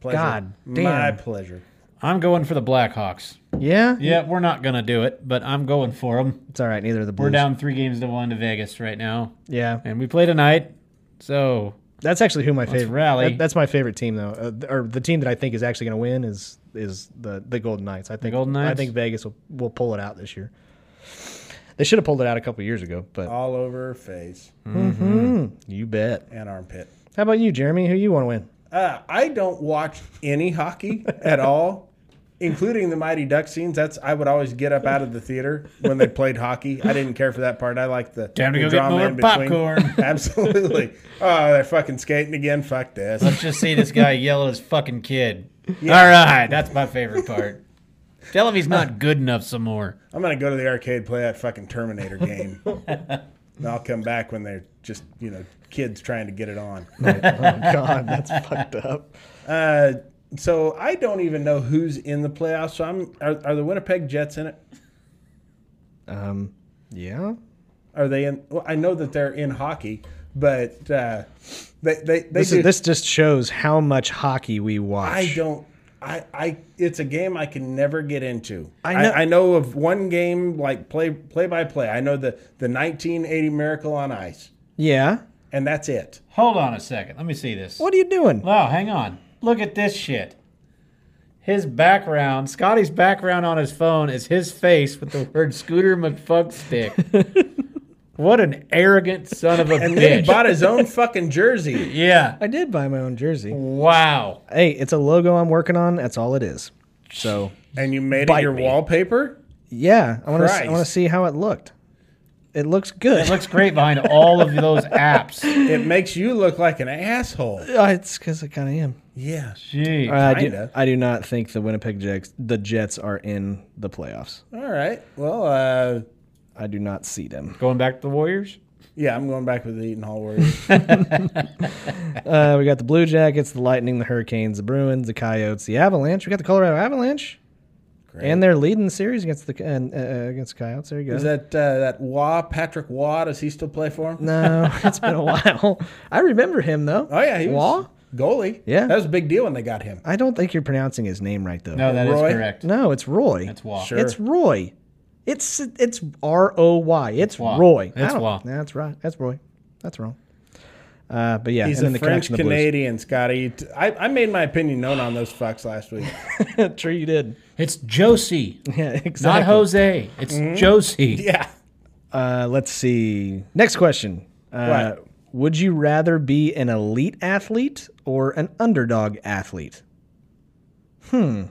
S2: Pleasure.
S1: Mm. God
S2: My
S1: damn.
S2: pleasure.
S3: I'm going for the Blackhawks.
S1: Yeah?
S3: Yeah, we're not gonna do it, but I'm going for them.
S1: It's all right. Neither of the Blues.
S3: We're down three games to one to Vegas right now,
S1: Yeah.
S3: and we play tonight. So
S1: That's actually who my favorite.
S3: rally.
S1: that- that's my favorite team though, uh, th- or the team that I think is actually going to win is is the the Golden Knights. I think
S3: Golden Knights?
S1: I think Vegas will, will pull it out this year. They should have pulled it out a couple years ago, but
S3: Oh.
S2: All over her face
S1: you bet.
S2: and armpit.
S1: How about you, Jeremy? Who you want to win?
S2: Uh, I don't watch any hockey at all, including the Mighty Duck scenes. That's I would always get up out of the theater when they played hockey. I didn't care for that part. I liked the
S3: Time to
S2: the
S3: go get
S2: drama
S3: more
S2: in between.
S3: popcorn.
S2: Absolutely. Oh, they're fucking skating again. Fuck this.
S3: Let's just see this guy yell at his fucking kid. All right, that's my favorite part. Tell him he's not good enough some more.
S2: I'm gonna go to the arcade, play that fucking Terminator game. and I'll come back when they're just you know kids trying to get it on.
S1: Oh, God, that's fucked up.
S2: Uh, so I don't even know who's in the playoffs. So I'm are, are the Winnipeg Jets in it?
S1: Um, yeah.
S2: Are they in? Well, I know that they're in hockey, but uh, they they they
S1: This
S2: do.
S1: is, this just shows how much hockey we watch.
S2: I don't. I, I it's a game I can never get into.
S1: I
S2: I
S1: know-
S2: know, I, know of one game like play play by play. I know the the 1980 Miracle on Ice,
S1: Yeah.
S2: and that's it.
S3: Hold on a second. Let me see this.
S1: What are you doing?
S3: Wow, hang on. Look at this shit. His background, Scotty's background on his phone is his face with the word Scooter McFuck stick. what an arrogant son of a
S2: And then he
S3: bitch.
S2: bought his own fucking jersey.
S3: yeah.
S1: I did buy my own jersey.
S3: Wow.
S1: Hey, it's a logo I'm working on. That's all it is. So
S2: And you made
S1: Bite
S2: it your
S1: me.
S2: wallpaper?
S1: yeah, I want to. I
S2: Christ.
S1: want to see how it looked. It looks good.
S3: It looks great behind all of those apps.
S2: It makes you look like an asshole.
S1: Uh, it's because I kind of am.
S2: Yeah.
S3: Gee.
S1: Uh, I do.
S2: Kinda.
S1: I do not think the Winnipeg Jets, the Jets, are in the playoffs.
S2: All right. Well, uh,
S1: I do not see them.
S3: Going back to the Warriors?
S2: yeah, I'm going back with the Eaton Hall Warriors.
S1: Uh, we got the Blue Jackets, the Lightning, the Hurricanes, the Bruins, the Coyotes, the Avalanche. We got the Colorado Avalanche, and they're leading the series against the and, uh, against the Coyotes. There you go.
S2: Is that uh, that Waugh, Patrick Waugh? Does he still play for him?
S1: no, it's been a while. I remember him though.
S2: Oh, yeah. He was
S1: Waugh.
S2: Goalie.
S1: Yeah.
S2: That was a big deal when they got him.
S1: I don't think you're pronouncing his name right though.
S3: No, that is
S2: Roy?
S3: correct.
S1: No, it's Roy.
S3: That's Waugh.
S2: Sure.
S1: It's Roy. It's it's R O Y. It's
S3: Waugh.
S1: Roy.
S3: It's
S1: I don't-
S3: Waugh.
S1: That's right. That's Roy. That's wrong. Uh, but yeah,
S2: He's
S1: and then the
S2: a
S1: Canucks
S2: French
S1: and the Blues.
S2: Canadian, Scotty. T- I, I made my opinion known on those fucks last week.
S1: True, you did.
S3: It's Josie,
S1: Yeah, exactly.
S3: not Jose. It's
S2: Mm-hmm.
S3: Josie.
S2: yeah.
S1: Uh, let's see. Next question. Uh, Would you rather be an elite athlete or an underdog athlete? Hmm.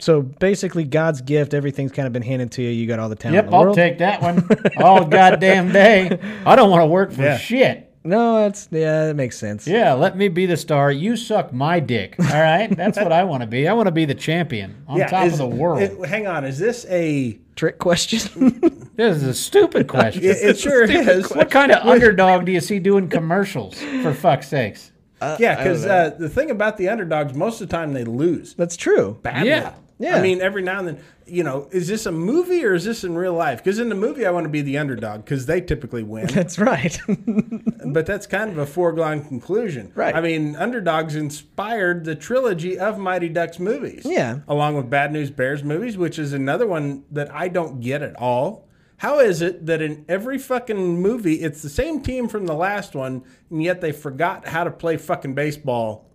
S1: So basically, God's gift. Everything's kind of been handed to you. You got all the talent. in
S3: Yep,
S1: the
S3: I'll
S1: world.
S3: take that one all goddamn day. I don't want to work for
S2: Yeah.
S3: shit.
S1: No, that's yeah, that makes sense.
S3: Yeah, let me be the star. You suck my dick. All right, that's what I want to be. I want to be the champion on
S2: yeah.
S3: top
S2: is-
S3: of the world.
S2: it- hang on. Is this a.
S1: Trick question.
S3: this is a stupid question.
S2: It, it sure is.
S3: what kind of underdog do you see doing commercials? For fuck's sakes.
S2: Yeah, because uh, the thing about the underdogs, most of the time they lose.
S1: that's true.
S2: badly.
S3: Yeah.
S1: Yeah.
S2: I mean, every now and then, you know, is this a movie or is this in real life? Because in the movie, I want to be the underdog because they typically win.
S1: That's right.
S2: but that's kind of a foregone conclusion.
S1: Right.
S2: I mean, underdogs inspired the trilogy of Mighty Ducks movies.
S1: Yeah.
S2: Along with Bad News Bears movies, which is another one that I don't get at all. How is it that in every fucking movie it's the same team from the last one, and yet they forgot how to play fucking baseball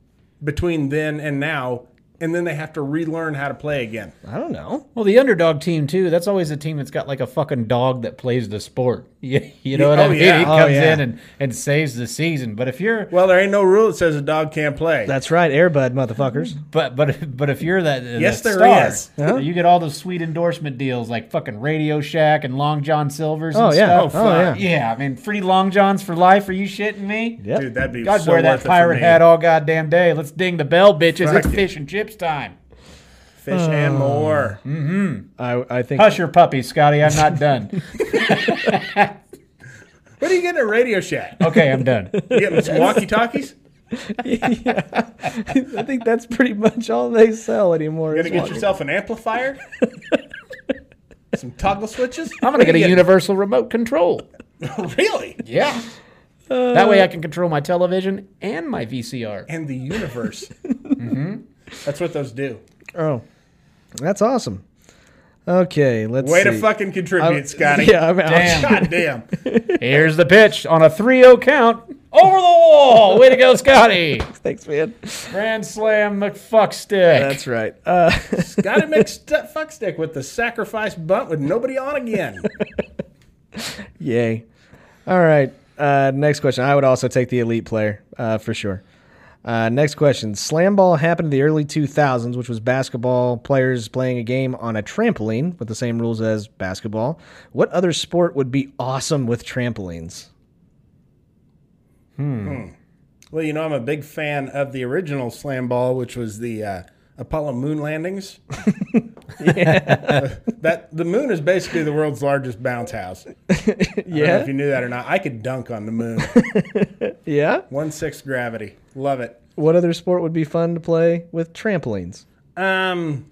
S2: between then and now, and then they have to relearn how to play again?
S1: I don't know.
S3: Well, the underdog team too. That's always a team that's got like a fucking dog that plays the sport. You, you know what I
S2: Oh,
S3: mean?
S2: yeah.
S3: He
S2: Oh,
S3: comes
S1: yeah.
S3: in and, and saves the season. But if you're
S2: Well, there ain't no rule that says a dog can't play.
S1: That's right, Airbud motherfuckers.
S3: but but but if you're that
S2: Yes,
S3: that
S2: there
S3: star,
S2: is. Uh-huh.
S1: Huh?
S3: you get all those sweet endorsement deals like fucking Radio Shack and Long John Silver's.
S1: Oh
S3: and
S1: yeah. Oh,
S3: stuff.
S1: yeah.
S3: yeah. I mean, free Long Johns for life. Are you shitting me?
S1: Yep.
S2: Dude, that'd be
S3: God,
S2: so
S3: wear that
S2: worth it for
S3: pirate
S2: me.
S3: hat all goddamn day. Let's ding the bell, bitches.
S2: Fuck
S3: it's
S2: it.
S3: fish and chips time.
S2: Fish
S3: Oh.
S2: and more.
S1: I I think
S3: Hush your puppy, Scotty. I'm not done.
S2: What are you getting at Radio Shack?
S3: okay, I'm done.
S2: You getting some walkie talkies?
S1: I think that's pretty much all they sell anymore.
S2: Gonna
S1: is
S2: get
S1: walking.
S2: yourself an amplifier? some toggle switches?
S3: I'm gonna
S2: What
S3: get
S2: are
S3: a
S2: you
S3: universal remote control.
S2: getting? Really?
S3: Yeah. that way I can control my television and my VCR.
S2: And the universe. That's what those do.
S1: Oh, that's awesome. Okay, let's
S2: Way
S1: see.
S2: to fucking contribute, Scotty.
S1: Yeah, I'm out.
S3: Damn.
S2: God damn.
S3: Here's the pitch on a 3 0 count. Over the wall. Way to go, Scotty.
S1: Thanks, man.
S3: Grand slam McFuckstick.
S1: That's right. Uh,
S2: Gotta make st- fuck stick with the sacrifice bunt with nobody on again.
S1: yay. All right. Uh, next question. I would also take the elite player uh, for sure. Uh, next question. Slam ball happened in the early 2000s, which was basketball players playing a game on a trampoline with the same rules as basketball. What other sport would be awesome with trampolines?
S2: well, you know, I'm a big fan of the original slam ball, which was the uh, Apollo moon landings. that the moon is basically the world's largest bounce house. I don't know if you knew that or not. I could dunk on the moon.
S1: Yeah.
S2: One sixth gravity. Love it.
S1: What other sport would be fun to play with trampolines?
S2: Um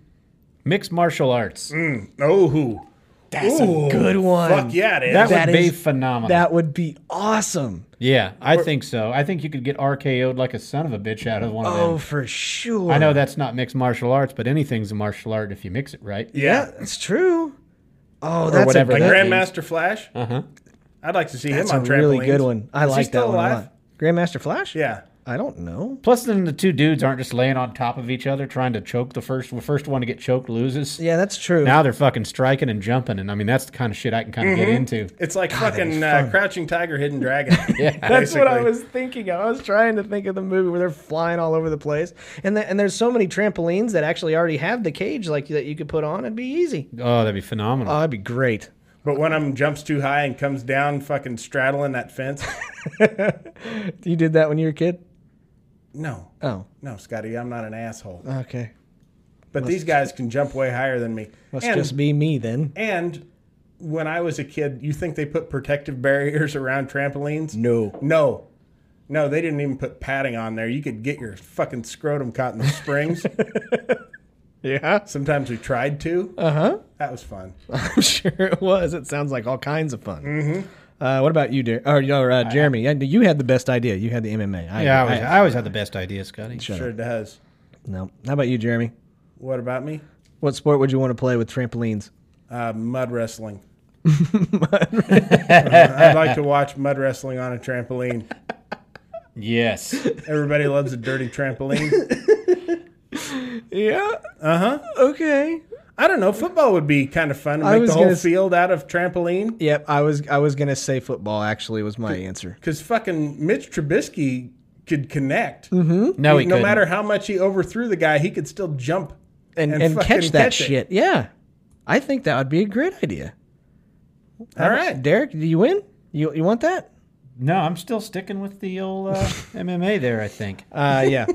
S3: Mixed martial arts.
S1: Mm.
S2: oh that's a
S1: good one.
S2: Fuck yeah, it is.
S3: That,
S1: That
S3: would be
S1: is-
S3: phenomenal.
S1: That would be awesome.
S3: yeah, I think so. I think you could get RKO'd like a son of a bitch out of one of
S1: Oh,
S3: them.
S1: for sure.
S3: I know that's not mixed martial arts, but anything's a martial art if you mix it right.
S2: yeah.
S1: That's true. Oh, that's
S3: whatever
S1: a
S3: that
S1: good,
S2: Grandmaster Flash. Uh huh. I'd like to see
S1: that's
S2: him
S1: a
S2: on trampolines.
S1: really good one. I
S2: Is he
S1: like
S2: still
S1: that one a
S2: alive?
S1: lot. Grandmaster Flash?
S2: Yeah.
S1: I don't know.
S3: Plus, then the two dudes aren't just laying on top of each other trying to choke. The first the first one to get choked loses.
S1: Yeah, that's true.
S3: Now they're fucking striking and jumping, and I mean that's the kind of shit I can kind of
S2: Mm-hmm.
S3: get into.
S2: It's like fucking uh, Crouching Tiger, Hidden Dragon. yeah,
S1: that's what I was thinking. of. I was trying to think of the movie where they're flying all over the place, and the, and there's so many trampolines that actually already have the cage like that you could put on. It'd be easy.
S3: Oh, that'd be phenomenal.
S1: Oh, that'd be great.
S2: But one of them jumps too high and comes down, fucking straddling that fence.
S1: You did that when you were a kid?
S2: No,
S1: Oh,
S2: no, Scotty, I'm not an asshole.
S1: okay.
S2: But these guys can jump way higher than me.
S1: Must
S2: and,
S1: just be me then.
S2: and when I was a kid, you think they put protective barriers around trampolines?
S1: No.
S2: No. No, they didn't even put padding on there. You could get your fucking scrotum caught in the springs.
S1: Yeah,
S2: Sometimes we tried to. Uh huh.
S1: Uh-huh.
S2: That was fun.
S1: I'm sure it was. It sounds like all kinds of fun. Uh, what about you, Dar- or, or uh, Jeremy? Yeah, you had the best idea. You had the MMA. I,
S3: yeah, I always,
S1: I-
S3: I always had the best idea, Scotty.
S2: Sure does.
S1: no. How about you, Jeremy?
S2: What about me?
S1: What sport would you want to play with trampolines?
S2: Uh, mud wrestling. Uh, I'd like to watch mud wrestling on a trampoline.
S3: Yes.
S2: Everybody loves a dirty trampoline.
S1: Yeah. Uh huh. Okay.
S2: I don't know. Football would be kind of fun. To
S1: I
S2: make
S1: was
S2: the whole
S1: gonna s-
S2: field out of trampoline.
S1: Yep. I was I was gonna say football. Actually, was my answer.
S2: Because fucking Mitch Trubisky could connect.
S3: No, he
S2: no
S3: couldn't.
S2: matter how much he overthrew the guy, he could still jump
S1: And
S2: And
S1: and,
S2: fucking
S1: catch that
S2: catch it.
S1: shit. Yeah. I think that would be a great idea.
S2: All right.
S1: Derek, do you win? You you want that?
S3: No, I'm still sticking with the old uh, MMA there. I think.
S1: Uh, yeah.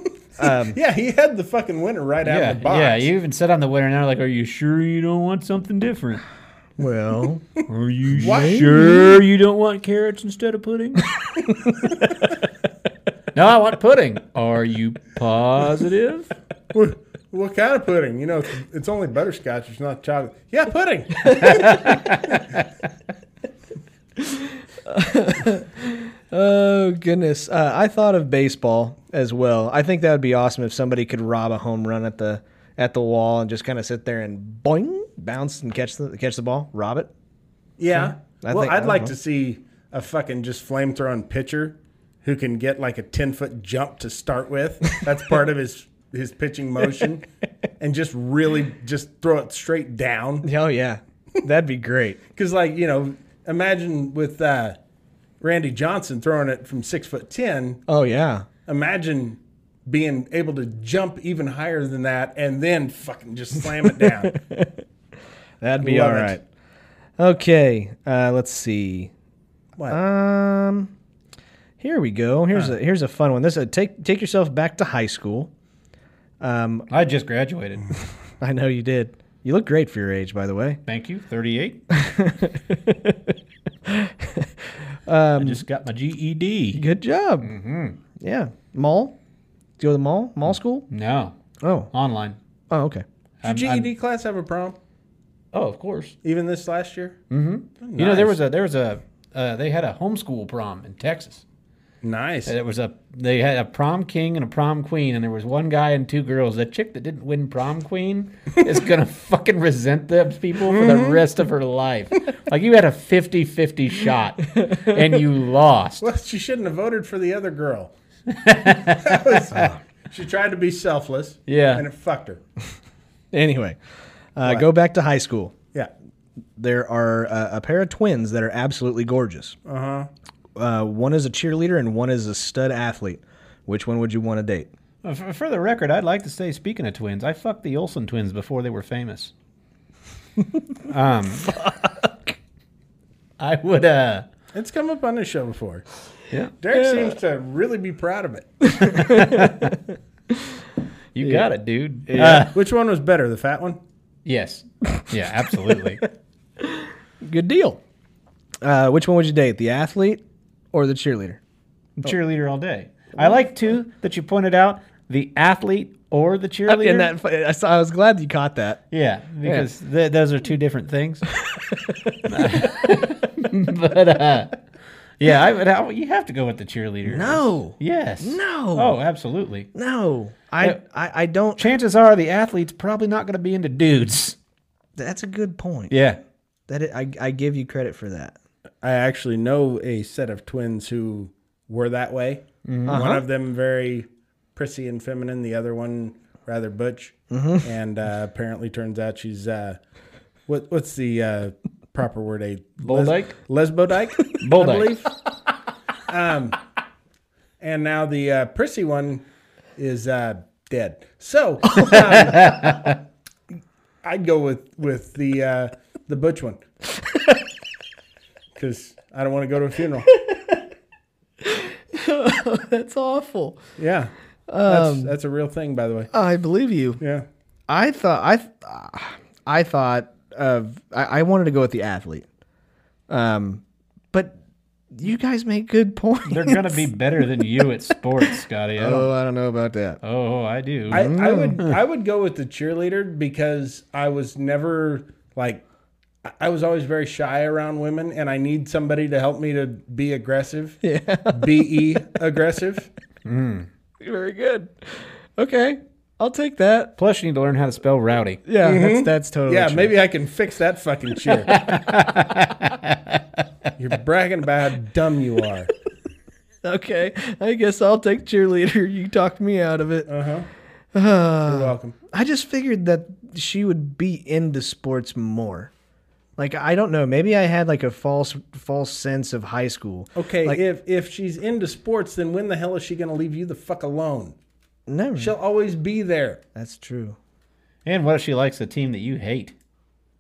S2: Yeah, he had the fucking winner right out
S3: yeah,
S2: of the box.
S3: yeah. You even said on the winner, and they're like, "Are you sure you don't want something different?
S1: well,
S3: Are you sure you don't want carrots instead of pudding?" no, I want pudding. Are you positive?
S2: what, what kind of pudding? You know, it's, it's only butterscotch. It's not chocolate. Yeah, pudding.
S1: Oh goodness! Uh, I thought of baseball as well. I think that would be awesome if somebody could rob a home run at the at the wall and just kind of sit there and boing, bounce and catch the catch the ball, rob it.
S2: Yeah.
S1: I
S2: well,
S1: think- I
S2: I'd
S1: don't
S2: like
S1: know.
S2: to see a fucking just flame throwing pitcher who can get like a 10 foot jump to start with. That's part of his his pitching motion and just really just throw it straight down.
S1: Oh yeah, that'd be great.
S2: Because, like, you know, imagine with uh, Randy Johnson throwing it from six foot 10,
S1: Oh yeah,
S2: imagine being able to jump even higher than that and then fucking just slam it down.
S1: that'd be
S2: Love
S1: all
S2: it.
S1: right. Okay, uh, let's see.
S2: What?
S1: Um, here we go. Here's a here's a fun one. This uh, take take yourself back to high school.
S3: I just graduated.
S1: I know you did. You look great for your age, by the way.
S3: Thank you. 38. I just got my E GED.
S1: Good job. Mm-hmm. Yeah, mall. Do you go to the mall? Mall school?
S3: No,
S1: Oh,
S3: online.
S1: oh, okay.
S2: Did your
S3: I'm-
S2: GED E class have a prom
S3: Oh, of course.
S2: even this last year?
S3: Mm-hmm. You know there was a there was a uh, they had a homeschool prom in Texas.
S2: Nice.
S3: There was a they had a prom king and a prom queen, and there was one guy and two girls. The chick that didn't win prom queen is gonna fucking resent them people for the rest of her life. Like you had a 50-50 shot and you lost.
S2: Well, she shouldn't have voted for the other girl. That was- she tried to be selfless.
S3: Ah. Yeah.
S2: And it fucked her.
S1: Anyway, uh, go back to high school.
S2: Yeah.
S1: There are uh, a pair of twins that are absolutely gorgeous. Uh-huh. One is a cheerleader and one is a stud athlete. Which one would you want to date?
S3: Uh, For, for the record, I'd like to say, speaking of twins, I fucked the Olsen twins before they were famous. um, I would. uh
S2: It's come up on this show before.
S3: Yeah.
S2: Derek seems to really be proud of it.
S3: You got it, dude. Yeah.
S2: Which one was better, the fat one?
S3: yes. Yeah, absolutely.
S1: Good deal. Uh, which one would you date? The athlete or the cheerleader?
S3: cheerleader all day. I like two that you pointed out: the athlete or the cheerleader.
S1: And that I, saw, I was glad you caught that.
S3: yeah, because th- those are two different things. but uh, yeah, I, would- I, would- you have to go with the cheerleader.
S1: No.
S3: Yes.
S1: No.
S3: Oh, absolutely.
S1: No, I,
S3: Yeah.
S1: I, I don't.
S3: chances are the athlete's probably not going to be into dudes.
S1: That's a good point.
S3: Yeah.
S1: That it, I, I give you credit for that.
S2: I actually know a set of twins who were that way. One of them very prissy and feminine, the other one rather butch. And uh, apparently, turns out she's uh, what? What's the uh, proper word? A
S3: Boldyke?
S2: Les- lesbodike,
S3: Boldyke.
S2: I believe. um, and now the uh, prissy one is uh, dead. So um, I'd go with with the uh, the butch one because I don't want to go to a funeral.
S1: That's awful.
S2: Yeah. that's, that's a real thing, by the way.
S1: I believe you.
S2: Yeah.
S1: I thought I, th- I thought of I, I wanted to go with the athlete, um, but you guys make good points.
S3: They're going to be better than you at sports, Scotty. I don't,
S1: Oh, I don't know about that.
S3: oh, I do.
S2: I, I would
S1: Mm.
S2: I would go with the cheerleader because I was never like I- I was always very shy around women and I need somebody to help me to be aggressive. Yeah. Be aggressive.
S1: Very good. Okay, I'll take that.
S3: Plus, you need to learn how to spell rowdy.
S1: Yeah, that's that's totally.
S2: Yeah,
S1: true.
S2: maybe I can fix that fucking cheer. You're bragging about how dumb you are.
S1: Okay, I guess I'll take cheerleader. You talked me out of it.
S2: You're
S1: Uh,
S2: welcome.
S1: I just figured that she would be into sports more. Like I don't know, maybe I had like a false false sense of high school.
S2: Okay,
S1: like,
S2: if if she's into sports, then when the hell is she gonna leave you the fuck alone?
S1: never.
S2: She'll always be there.
S1: That's true.
S3: And what if she likes a team that you hate?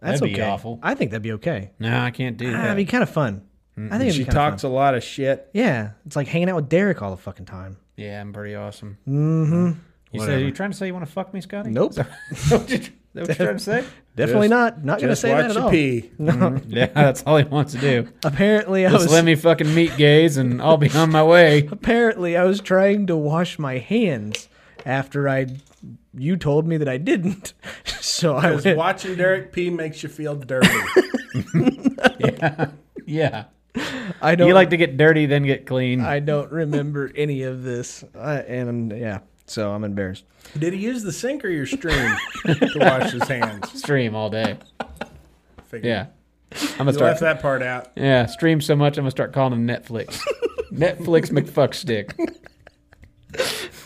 S1: That's
S3: That'd be
S1: okay.
S3: awful.
S1: I think that'd be okay.
S3: No, I can't do
S1: Ah,
S3: that.
S1: It'd be kind of fun. I think it'd
S2: She
S1: be kind
S2: talks a lot of shit.
S1: Yeah, it's like hanging out with Derek all the fucking time.
S3: yeah, I'm pretty awesome. Mm-hmm. You say, you trying to say you want to fuck me, Scotty?
S1: Nope,
S3: Is that what you- that what you're trying to say?
S1: definitely not. Not gonna
S2: Just
S1: say that at
S2: watch you
S1: all.
S2: pee.
S3: Yeah, that's all he wants to do.
S1: Apparently, I
S3: Just
S1: was
S3: let me fucking meet gays and I'll be on my way.
S1: apparently I was trying to wash my hands after I you told me that I didn't. So I
S2: Because
S1: went,
S2: watching Derek P makes you feel dirty.
S3: Yeah.
S1: I don't
S3: You like to get dirty, then get clean.
S1: I don't remember any of this. I, and yeah, so I'm embarrassed.
S2: Did he use the sink or your stream to wash his hands?
S3: Stream all day.
S2: Figure.
S3: Yeah. I'm gonna
S2: You left
S3: start.
S2: that part out.
S3: Yeah, stream so much, I'm gonna start calling them Netflix. Netflix McFuckstick.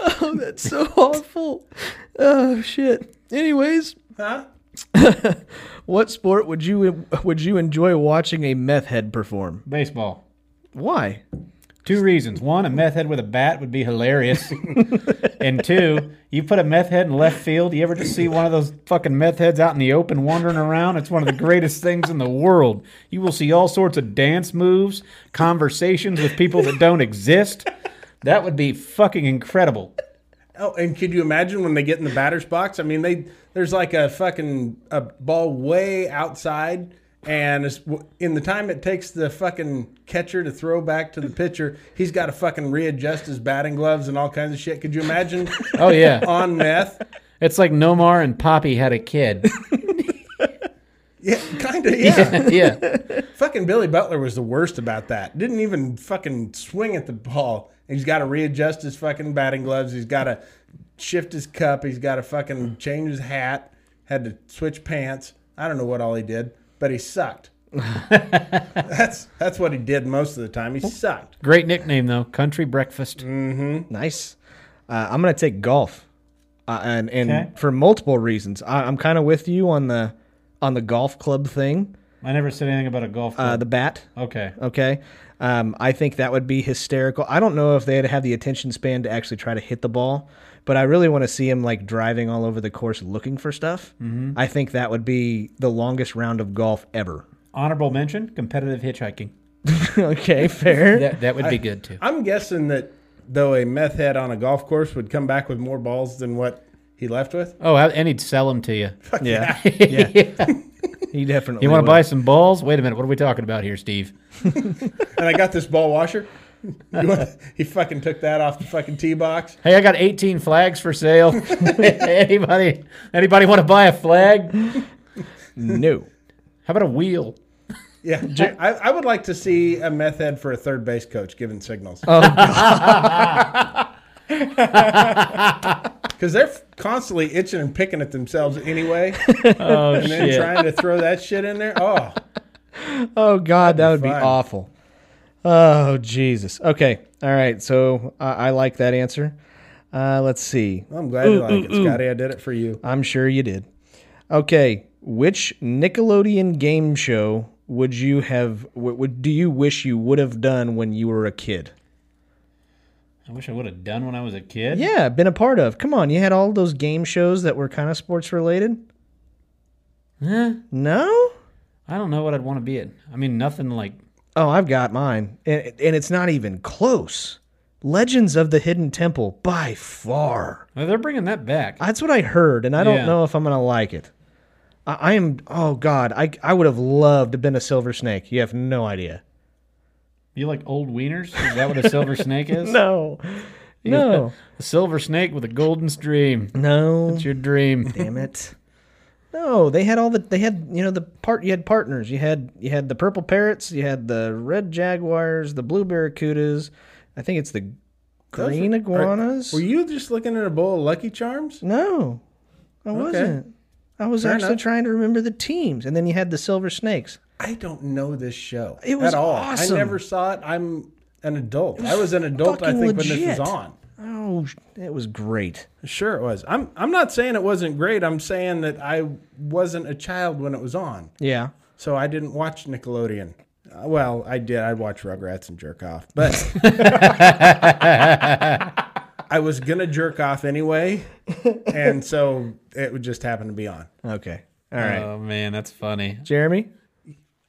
S1: Oh, that's so awful. Oh shit. Anyways,
S2: Huh?
S1: what sport would you would you enjoy watching a meth head perform?
S3: Baseball.
S1: Why?
S3: Two reasons. One, a meth head with a bat would be hilarious. and two, you put a meth head in left field, you ever just see one of those fucking meth heads out in the open wandering around? It's one of the greatest things in the world. You will see all sorts of dance moves, conversations with people that don't exist. That would be fucking incredible.
S2: Oh, and could you imagine when they get in the batter's box? I mean, they there's like a fucking a ball way outside, and it's, in the time it takes the fucking catcher to throw back to the pitcher, he's got to fucking readjust his batting gloves and all kinds of shit. Could you imagine?
S3: Oh yeah.
S2: on meth,
S3: It's like Nomar and Poppy had a kid.
S2: yeah, kind of, yeah.
S3: yeah.
S2: Fucking Billy Butler was the worst about that. Didn't even fucking swing at the ball. He's got to readjust his fucking batting gloves. He's got to shift his cup. He's got to fucking change his hat. Had to switch pants. I don't know what all he did, but he sucked. that's that's what he did most of the time. He sucked.
S3: Great nickname though. Country breakfast.
S1: Nice. Uh, I'm gonna take golf, uh, and and
S3: Okay.
S1: for multiple reasons. I, I'm kind of with you on the on the golf club thing.
S3: I never said anything about a golf
S1: Uh,
S3: club.
S1: the bat.
S3: okay.
S1: Okay. Um, I think that would be hysterical. I don't know if they'd have the attention span to actually try to hit the ball, but I really want to see him like driving all over the course looking for stuff. I think that would be the longest round of golf ever.
S3: Honorable mention, competitive hitchhiking.
S1: okay, fair.
S3: That that would be good too.
S2: I'm guessing that though a meth head on a golf course would come back with more balls than what he left with.
S3: Oh, and he'd sell them to you.
S1: yeah. yeah. He definitely.
S3: You want
S1: would.
S3: to buy some balls? Wait a minute. What are we talking about here, Steve?
S2: And I got this ball washer. You want- he fucking took that off the fucking tee box.
S3: Hey, I got 18 flags for sale. anybody anybody want to buy a flag? How
S1: No.
S3: about a wheel?
S2: Yeah, I, I would like to see a meth head for a third base coach giving signals.
S1: Oh,
S2: Because they're f- constantly itching and picking at themselves anyway,
S3: Oh
S2: and then trying to throw that shit in there. Oh,
S1: Oh God, that would be
S2: fun.
S1: awful. Oh Jesus. Okay. All right. So I I like that answer. Uh, let's see.
S2: I'm glad you like it, Scotty. I did it for you.
S1: I'm sure you did. Okay. Which Nickelodeon game show would you have? Would, would do you wish you would have done when you were a kid?
S3: I wish I would have done when I was a kid.
S1: Yeah, been a part of. Come on, you had all those game shows that were kind of sports related.
S3: Eh,
S1: No.
S3: I don't know what I'd want to be at. I mean, nothing like.
S1: Oh, I've got mine, and, and it's not even close. Legends of the Hidden Temple by far.
S3: Well, they're bringing that back.
S1: That's what I heard, and I don't
S3: Yeah.
S1: know if I'm gonna like it. I, I am. Oh God, I I would have loved to have been a silver snake. You have no idea.
S3: You like old wieners? Is that what a silver snake is?
S1: No, no,
S3: A silver snake with a golden stream.
S1: no.
S3: It's your dream.
S1: Damn it. No, they had all the they had you know the part you had partners you had you had the purple parrots you had the red jaguars the blue barracudas, I think it's the
S2: Those
S1: green
S2: were-
S1: iguanas.
S2: Were you just looking at a bowl of Lucky Charms?
S1: No, I wasn't. I was
S2: Fair
S1: actually
S2: enough.
S1: trying to remember the teams, and then you had the silver snakes.
S2: I don't know this show.
S1: It was
S2: at all.
S1: awesome.
S2: I never saw it. I'm an adult. I was an adult. I
S1: fucking
S2: think when this
S1: legit.
S2: was on.
S1: Oh, sh- it was great.
S2: Sure, it was. I'm. I'm not saying it wasn't great. I'm saying that I wasn't a child when it was on.
S1: Yeah.
S2: So I didn't watch Nickelodeon. Uh, well, I did. I'd watch Rugrats and jerk off, but I was gonna jerk off anyway, and so it would just happen to be on.
S1: Okay. All right.
S3: Oh man, that's funny.
S1: Jeremy,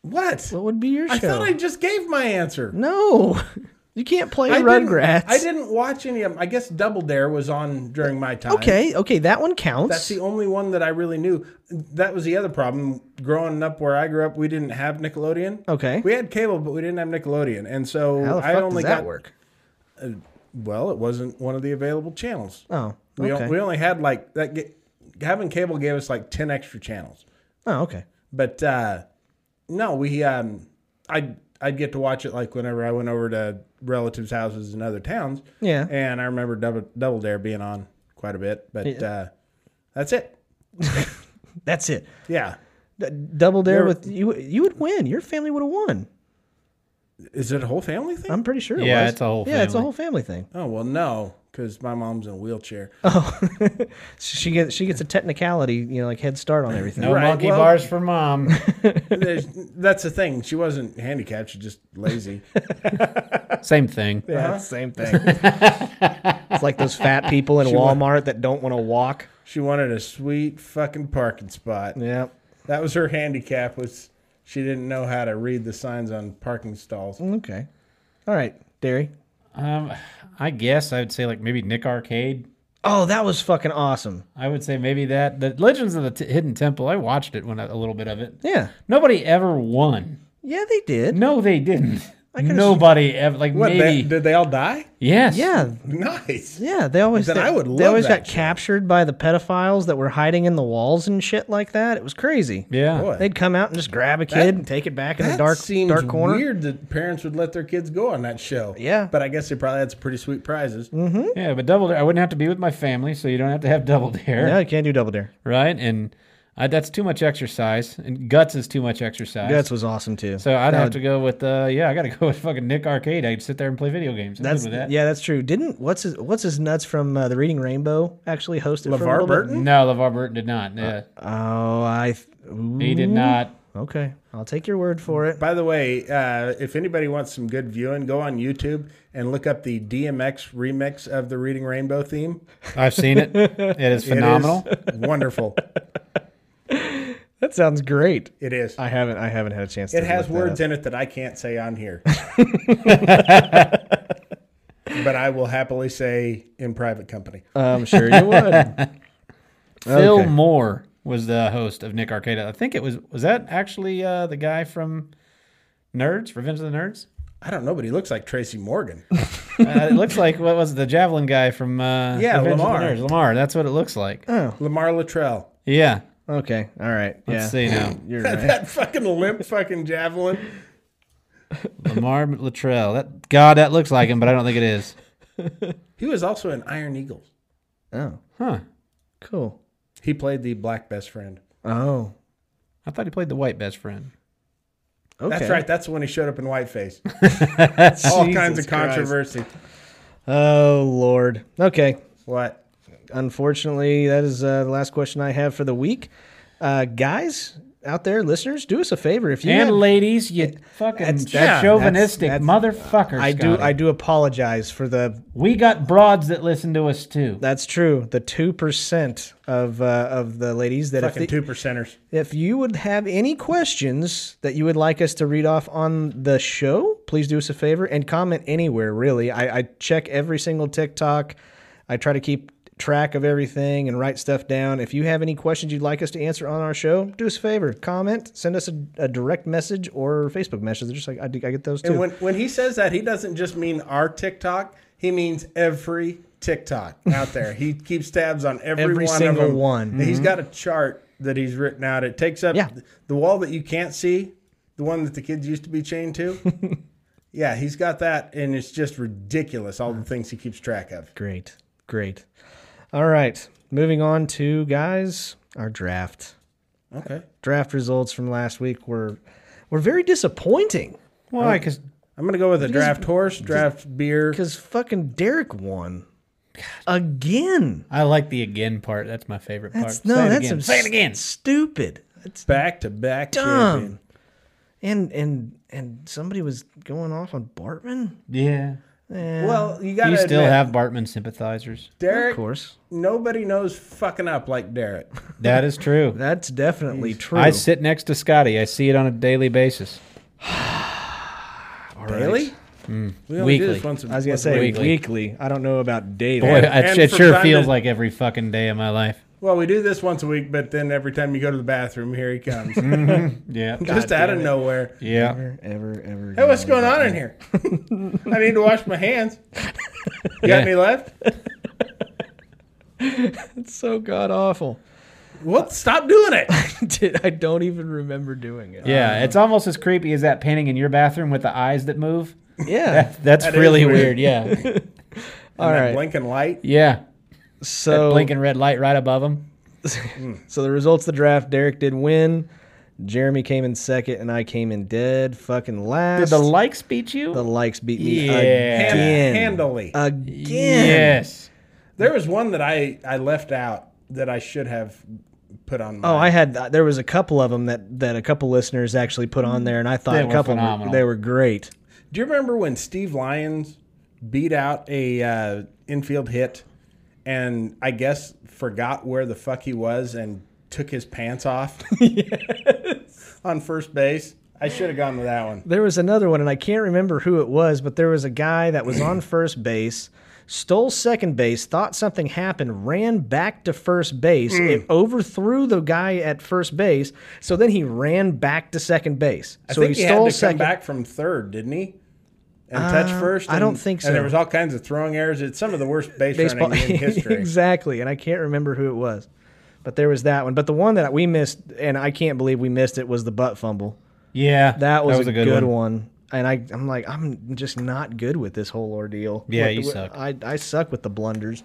S2: What?
S1: what would be your show?
S2: I thought I just gave my answer.
S1: no. You can't play
S2: I didn't-
S1: Rugrats.
S2: I didn't watch any of them. I guess Double Dare was on during my time.
S1: Okay. Okay. That one counts.
S2: That's the only one that I really knew. That was the other problem. Growing up where I grew up, we didn't have Nickelodeon.
S1: Okay.
S2: We had cable, but we didn't have Nickelodeon. And so
S1: How the fuck
S2: I only
S1: does that
S2: got
S1: work?
S2: Well, it wasn't one of the available channels.
S1: Oh.
S2: we,
S1: okay.
S2: on- we only had like that. ga- having cable gave us like ten extra channels,
S1: oh, okay.
S2: but uh, no, we um, I I'd get to watch it like whenever I went over to relatives' houses in other towns.
S1: Yeah.
S2: and I remember Double Double Dare being on quite a bit, but uh, that's it.
S1: That's it.
S2: Yeah,
S1: D- double dare
S2: You're-
S1: with you. You would win. Your family would have won.
S2: Is it a whole family thing?
S1: I'm pretty sure. It
S3: Yeah,
S1: was.
S3: it's a whole
S1: Yeah, it's a
S3: family.
S1: whole family thing.
S2: oh well, no, because my mom's in a wheelchair.
S1: Oh, she gets she gets a technicality, you know, like head start on everything.
S3: No
S2: Right,
S3: monkey
S2: well-
S3: bars for mom.
S2: There's- That's the thing. She wasn't handicapped. She's just lazy.
S3: Same thing.
S1: Yeah, same thing. it's Uh-huh. like those fat people in Walmart that don't want to walk.
S2: she wanted a sweet fucking parking spot.
S1: Yeah.
S2: That was her handicap. Was she didn't know how to read the signs on parking stalls.
S1: Okay. All right, Derry.
S3: Um, I guess I would say like maybe Nick Arcade.
S1: Oh, that was fucking awesome.
S3: I would say maybe that the Legends of the T- Hidden Temple. I watched it when I, a little bit of it.
S1: Yeah.
S3: Nobody ever won.
S1: Yeah, they did.
S3: No, they didn't.
S1: could've-
S3: Nobody ever like
S2: What? They,
S3: maybe.
S2: did they all die?
S3: yes.
S1: Yeah.
S2: Nice.
S1: Yeah, they always
S2: Then
S1: they,
S2: I would
S1: they
S2: love
S1: always
S2: that
S1: got
S2: shit.
S1: captured by the pedophiles that were hiding in the walls and shit like that. It was crazy.
S3: Yeah.
S2: Boy.
S1: They'd come out and just grab a kid and take it back in the
S2: That
S1: dark
S2: seems
S1: dark corner.
S2: Weird that parents would let their kids go on that show.
S1: Yeah. Mm,
S2: but I guess they probably had some pretty sweet prizes.
S3: Yeah, but double dare. I wouldn't have to be with my family, so you don't have to have double dare,
S1: No, you can't do double dare.
S3: right? And I, that's too much exercise, and guts is too much exercise.
S1: Guts was awesome too.
S3: So I'd
S1: That
S3: have
S1: would-
S3: to go with uh, yeah. I got to go with fucking Nick Arcade. I could sit there and play video games. I'm
S1: That's
S3: good with that.
S1: yeah, that's true. Didn't what's his what's his nuts from uh, the Reading Rainbow actually hosted for a
S2: LeVar
S1: little bit?
S2: Burton?
S3: No, LeVar Burton did
S1: Uh,
S3: not. Yeah,
S1: Oh, I th-
S3: he did
S1: ooh.
S3: not.
S1: Okay, I'll take your word for it.
S2: By the way, uh, if anybody wants some good viewing, go on YouTube and look up the DMX remix of the Reading Rainbow theme.
S3: I've seen it. It is
S2: It is
S3: phenomenal.
S2: wonderful.
S1: That sounds great.
S2: It is.
S1: I haven't I haven't had a chance.
S2: It
S1: to
S2: has
S1: look that
S2: words
S1: up.
S2: in it that I can't say on here. but I will happily say in private company.
S1: I'm Um, sure you would.
S3: Phil
S1: Okay.
S3: Moore was the host of Nick Arcade. I think it was was that actually uh, the guy from Nerds, Revenge of the Nerds.
S2: I don't know, but he looks like Tracy Morgan.
S3: Uh, it looks like what was it, the javelin guy from uh,
S2: Yeah,
S3: Revenge of the
S2: Lamar.
S3: Nerds. Lamar. That's what it looks like.
S1: Uh,
S2: Lamar Luttrell.
S3: Yeah.
S1: okay, all right.
S3: Let's
S1: yeah,
S3: see now.
S1: you're right.
S2: That fucking limp fucking javelin.
S3: Lamar Latrell. That God, that looks like him, but I don't think it is.
S2: He was also in Iron Eagles.
S1: Oh,
S3: Huh.
S1: cool.
S2: He played the black best friend.
S1: Oh,
S3: I thought he played the white best friend.
S1: okay.
S2: That's right. That's when he showed up in whiteface. All kinds
S1: Jesus Christ.
S2: of controversy.
S1: Oh Lord. Okay.
S2: What?
S1: Unfortunately, that is uh, the last question I have for the week. Uh, guys out there, listeners, do us a favor if you
S3: and
S1: have-
S3: ladies, you fucking
S1: That's-
S2: yeah,
S3: chauvinistic
S1: that's-
S3: motherfuckers.
S1: I do I do apologize for the
S3: We got broads that listen to us too.
S1: That's true. The two percent of uh, of the ladies that if,
S2: Fucking
S1: the-
S2: two percenters.
S1: if you would have any questions that you would like us to read off on the show, please do us a favor and comment anywhere. Really, I, I check every single TikTok. I try to keep track of everything and write stuff down. If you have any questions you'd like us to answer on our show, do us a favor. Comment, send us a, a direct message or Facebook message. Just like I, do- I get those too.
S2: And when, when he says that, he doesn't just mean our TikTok. He means every TikTok out there. he keeps tabs on every,
S1: Every
S2: one Mm-hmm.
S1: single
S2: of them.
S1: one.
S2: And He's got a chart that he's written out. It takes up
S1: Yeah.
S2: the wall that you can't see, the one that the kids used to be chained to. yeah, he's got that, and it's just ridiculous. All the things he keeps track of.
S1: Great. Great. All right. Moving on to guys, our draft.
S2: Okay.
S1: Draft results from last week were were very disappointing
S3: Why? Because
S2: I'm gonna go with a draft horse, draft beer.
S1: because fucking Derek won again.
S3: I like the again part. That's my favorite part.
S1: That's no,
S3: Say it
S1: that's
S3: again.
S1: some
S3: Say it again.
S1: s- Stupid. That's
S2: Back to back
S1: Dumb.
S2: champion.
S1: and and and somebody was going off on Bartman. Eh,
S3: Yeah.
S2: Well, you gotta
S3: You still
S2: admit,
S3: have Bartman sympathizers.
S1: Of
S2: Derek.
S1: course,
S2: Nobody knows fucking up like Derek.
S3: That is true.
S1: that's definitely true.
S3: I sit next to Scotty. I see it on a daily basis.
S1: All right.
S2: Daily? We only do
S3: Weekly.
S2: this once a-
S1: I was gonna
S2: once a
S1: say
S3: Weekly.
S1: weekly. I don't know about daily.
S3: Boy, it,
S2: and
S3: it
S2: from
S3: sure
S2: time
S3: feels
S2: to-
S3: like every fucking day of my life.
S2: Well, we do this once a week, but then every time you go to the bathroom, here he comes.
S1: Mm-hmm.
S3: Yeah.
S2: Just out of nowhere.
S3: Yeah.
S1: Ever, ever, ever.
S2: Hey, what's going on in here? I need to wash my hands. You
S3: Yeah.
S2: got any left?
S1: It's so god awful.
S2: Well, stop doing it.
S1: Did I don't even remember doing it.
S3: Yeah. It's almost as creepy as that painting in your bathroom with the eyes that move.
S1: Yeah.
S3: That's
S2: That is
S3: really
S2: weird.
S3: weird. Yeah.
S1: All
S2: That
S1: right.
S2: Blinking light.
S3: Yeah.
S1: so
S3: Blinking red light right above him.
S1: so the results of the draft, Derek did win. Jeremy came in second, and I came in dead fucking
S3: Did
S1: last.
S3: the likes beat you?
S1: The likes beat me
S3: Yeah.
S2: Hand-
S1: again. Uh,
S2: handily.
S1: Again.
S3: yes.
S2: There was one that I, I left out that I should have put on.
S1: Oh,
S2: mine.
S1: I had there was a couple of them that that a couple listeners actually put on there, and I thought
S3: They
S1: a
S3: were
S1: couple of 'em were-
S3: phenomenal.
S1: they were great.
S2: Do you remember when Steve Lyons beat out a uh, infield hit, and I guess forgot where the fuck he was and took his pants off on first base? I should have gone with that one.
S1: There was another one, and I can't remember who it was, but there was a guy that was on first base, stole second base, thought something happened, ran back to first base,
S3: Mm.
S1: it overthrew the guy at first base, so then he ran back to second base.
S2: I
S1: so
S2: think he,
S1: he
S2: had
S1: stole
S2: to
S1: second. Uh,
S2: come back from third, didn't he? And touch first.
S1: I don't
S2: and-
S1: think so.
S2: And there was all kinds of throwing errors. It's some of the worst base
S1: baseball
S2: running in history.
S1: exactly, and I can't remember who it was, but there was that one. But the one that we missed, and I can't believe we missed it, was the butt fumble.
S3: Yeah.
S1: That was, a, good, one. And I, I'm like, I'm just not good with this whole ordeal.
S3: Yeah,
S1: With-
S3: you
S1: with-
S3: suck.
S1: I, I suck with the blunders.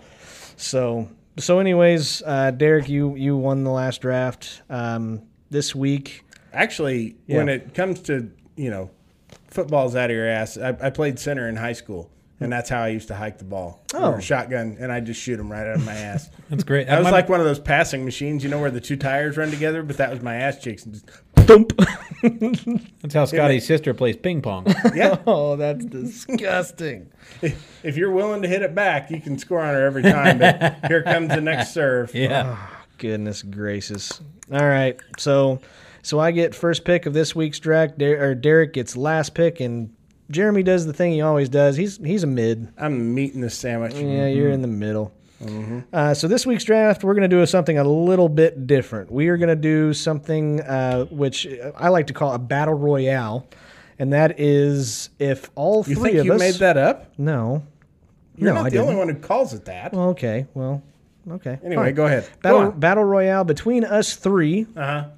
S1: So, so anyways, uh, Derek, you you won the last draft um, this week.
S2: Actually, when
S1: Yeah.
S2: it comes to you know, football's out of your ass. I, I played center in high school, and that's how I used to hike the ball.
S1: Oh.
S2: Or shotgun, and I just shoot them right out of my ass.
S3: That's great.
S2: I was
S3: My-
S2: like one of those passing machines, you know, where the two tires run together. But that was my ass cheeks. And just,
S1: Thump.
S3: that's how Scotty's sister plays ping pong.
S2: yeah,
S1: oh, that's disgusting.
S2: if you're willing to hit it back, you can score on her every time. But here comes the next serve.
S1: Ah.
S3: yeah.
S1: Goodness gracious. All right, so so I get first pick of this week's draft. Der- or Derek gets last pick, and Jeremy does the thing he always does. He's he's a mid.
S2: I'm meeting this sandwich.
S1: Yeah, you're in the middle.
S2: Mm-hmm.
S1: Uh, so this week's draft, we're going to do something a little bit different. We are going to do something uh, which I like to call a battle royale, and that is if all
S2: You
S1: three
S2: think
S1: of
S2: you
S1: us.
S2: made that up?
S1: No,
S2: You're
S1: no,
S2: not
S1: I
S2: the
S1: didn't.
S2: only one who calls it that.
S1: Well, okay, well, okay.
S2: anyway,
S1: fine.
S2: go ahead. Go
S1: Battle,
S2: on.
S1: battle royale between us three.
S2: Uh huh.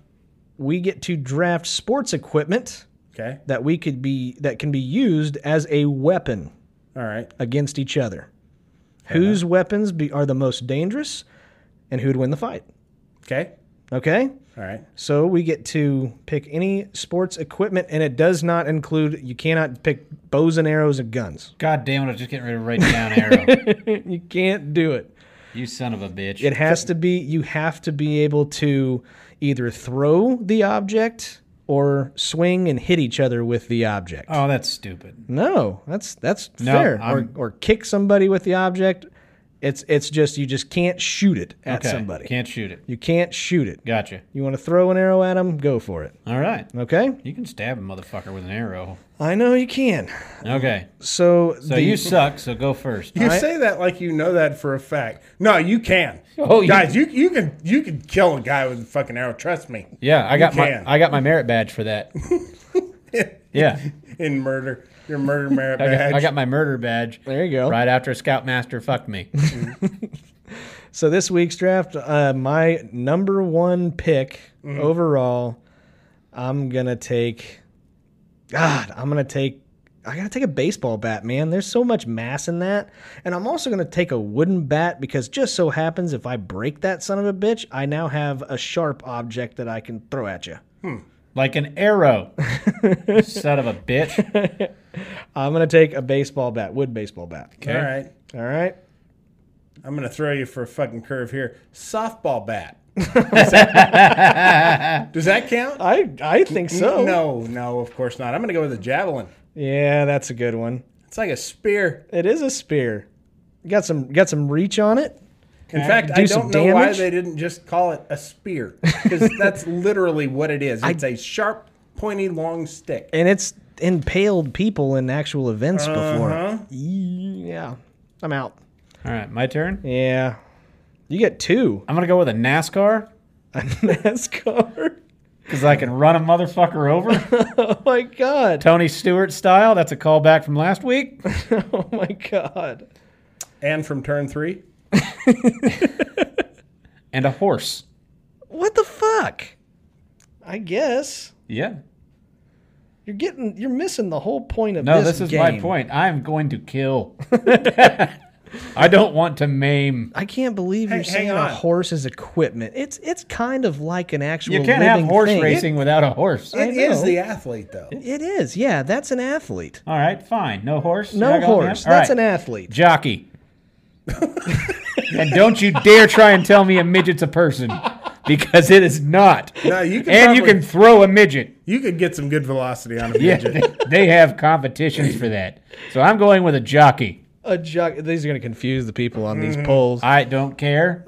S1: We get to draft sports equipment
S2: Okay.
S1: that we could be that can be used as a weapon
S2: All right.
S1: against each other. Whose weapons be, are the most dangerous, and who'd win the fight?
S2: Okay.
S1: Okay,
S2: All right.
S1: so we get to pick any sports equipment, and it does not include. You cannot pick bows and arrows and guns.
S3: God damn it! I was just getting ready to write down arrow.
S1: you can't do it.
S3: you son of a bitch.
S1: It has to be. You have to be able to either throw the object or swing and hit each other with the object.
S3: oh, that's stupid.
S1: No, that's that's
S3: No,
S1: fair. Or,
S3: I'm-
S1: or kick somebody with the object. It's it's just you just can't shoot it at
S3: Okay.
S1: somebody.
S3: Can't shoot it.
S1: You can't shoot it.
S3: Gotcha.
S1: You want to throw an arrow at them? Go for it.
S3: All right.
S1: Okay.
S3: You can stab a motherfucker with an arrow.
S1: I know you can.
S3: Okay.
S1: So,
S3: So you suck. So go first.
S2: You say that like you know that for a fact. No, you can.
S3: Oh, you-
S2: guys, you you can you can kill a guy with a fucking arrow. Trust me.
S3: Yeah, I got my
S2: can.
S3: I got my merit badge for that. yeah,
S2: In murder, your murder merit
S3: I got,
S2: badge.
S3: I got my murder badge.
S1: There you go.
S3: Right after Scoutmaster fucked me.
S1: so this week's draft, uh, my number one pick overall, I'm gonna take. God, I'm gonna take. I gotta take a baseball bat, man. There's so much mass in that, and I'm also gonna take a wooden bat because just so happens if I break that son of a bitch, I now have a sharp object that I can throw at you.
S3: like an arrow. Son of a bitch.
S1: I'm gonna take a baseball bat, wood baseball bat.
S3: Okay.
S2: All right.
S1: All right.
S2: I'm gonna throw you for a fucking curve here. Softball bat. Does that, does that count?
S3: Uh,
S1: I I think so.
S2: No, no, of course not. I'm gonna go with a javelin.
S1: Yeah, that's a good one.
S2: It's like a spear.
S1: It is a spear. You got some got some reach on it.
S2: In fact,
S1: do
S2: I
S1: some
S2: don't know why
S1: damage?
S2: they didn't just call it a spear because that's literally what it is. It's a sharp, pointy, long stick.
S1: And it's impaled people in actual events
S2: Uh-huh.
S1: before. Yeah. I'm out.
S3: All right, my turn.
S1: Yeah. You get two.
S3: I'm gonna go with a NASCAR
S1: NASCAR.
S3: because I can run a motherfucker over.
S1: Oh my god.
S3: Tony Stewart style. That's a callback from last week.
S1: Oh my god.
S2: And from turn three,
S3: And a horse.
S1: What the fuck? I guess.
S3: Yeah.
S1: You're getting you're missing the whole point of
S3: No,
S1: this.
S3: this, is my
S1: game.
S3: point. I am going to kill. I don't want to maim.
S1: I can't believe you're
S2: Hey, hang
S1: saying a
S2: on.
S1: horse is equipment. It's it's kind of like an actual.
S3: You can't
S1: living
S3: have horse
S1: thing.
S3: racing without a horse.
S2: It is
S1: know.
S2: the athlete, though.
S1: It is, yeah. That's an athlete.
S3: All right, fine. No horse.
S1: No
S3: You're not gonna
S1: horse.
S3: have- all
S1: That's
S3: right.
S1: an athlete.
S3: jockey. and don't you dare try and tell me a midget's a person because it is not.
S2: No, you can
S3: and you
S2: probably-
S3: can throw a midget.
S2: You could get some good velocity on a
S3: Yeah,
S2: midget.
S3: they, they have competitions for that. So I'm going with a jockey.
S1: A jock. These are going to confuse the people on these
S2: Mm-hmm.
S1: polls.
S3: I don't care.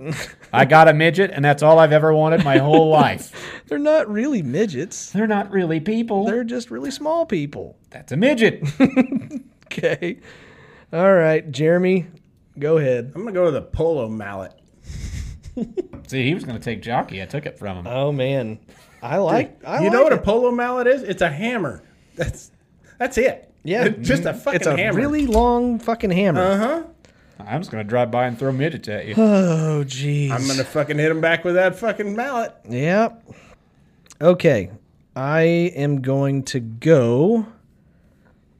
S3: I got a midget, and that's all I've ever wanted my whole life.
S1: They're not really midgets.
S3: They're not really people.
S1: They're just really small people.
S3: that's a midget.
S1: Okay. All right, Jeremy, go ahead.
S2: I'm gonna go with a polo mallet.
S3: See, he was going to take jockey. I took it from him.
S1: Oh man, I like. I
S2: you
S1: like
S2: know what
S1: it.
S2: a polo mallet is? It's a hammer. That's that's it.
S1: Yeah. Mm-hmm.
S2: It's just a fucking
S1: It's a
S2: hammer. Uh-huh.
S1: really long fucking hammer.
S3: I'm just going to drive by and throw midgets at you.
S1: Oh jeez.
S2: I'm gonna fucking hit him back with that fucking mallet.
S1: Yep. Okay. I am going to go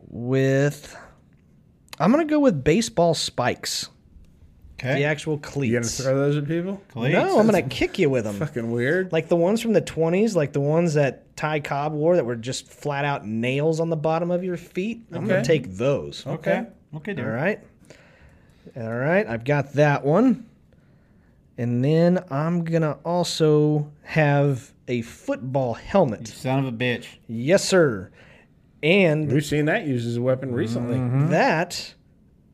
S1: with. I'm going to go with baseball spikes.
S3: Okay.
S1: The actual cleats.
S2: You gonna throw those at people?
S1: no, I'm going to kick you with them.
S2: Fucking weird.
S1: Like the ones from the 20s, like the ones that Ty Cobb wore that were just flat out nails on the bottom of your feet. I'm going
S2: Okay.
S1: to take those.
S3: Okay. Okay, dude.
S1: All right. All right. I've got that one. And then I'm going to also have a football helmet.
S3: Son of a bitch.
S1: Yes, sir. And
S2: We've seen that used as a weapon recently.
S1: Mm-hmm. that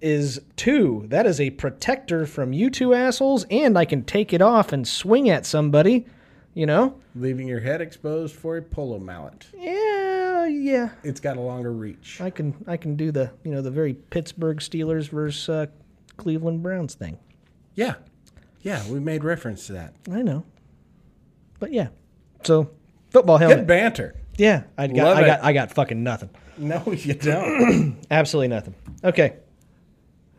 S1: is two. That is a protector from you two assholes. And I can take it off and swing at somebody, you know?
S2: Leaving your head exposed for a polo mallet.
S1: Yeah, yeah.
S2: It's got a longer reach.
S1: I can I can do the you know the very Pittsburgh Steelers versus uh, Cleveland Browns thing.
S2: Yeah. Yeah, we made reference to that.
S1: I know. But yeah. So football
S2: Good
S1: helmet.
S2: banter.
S1: yeah. I got
S2: Love
S1: I
S2: it.
S1: got I got fucking nothing.
S2: No, you don't.
S1: Absolutely nothing. Okay.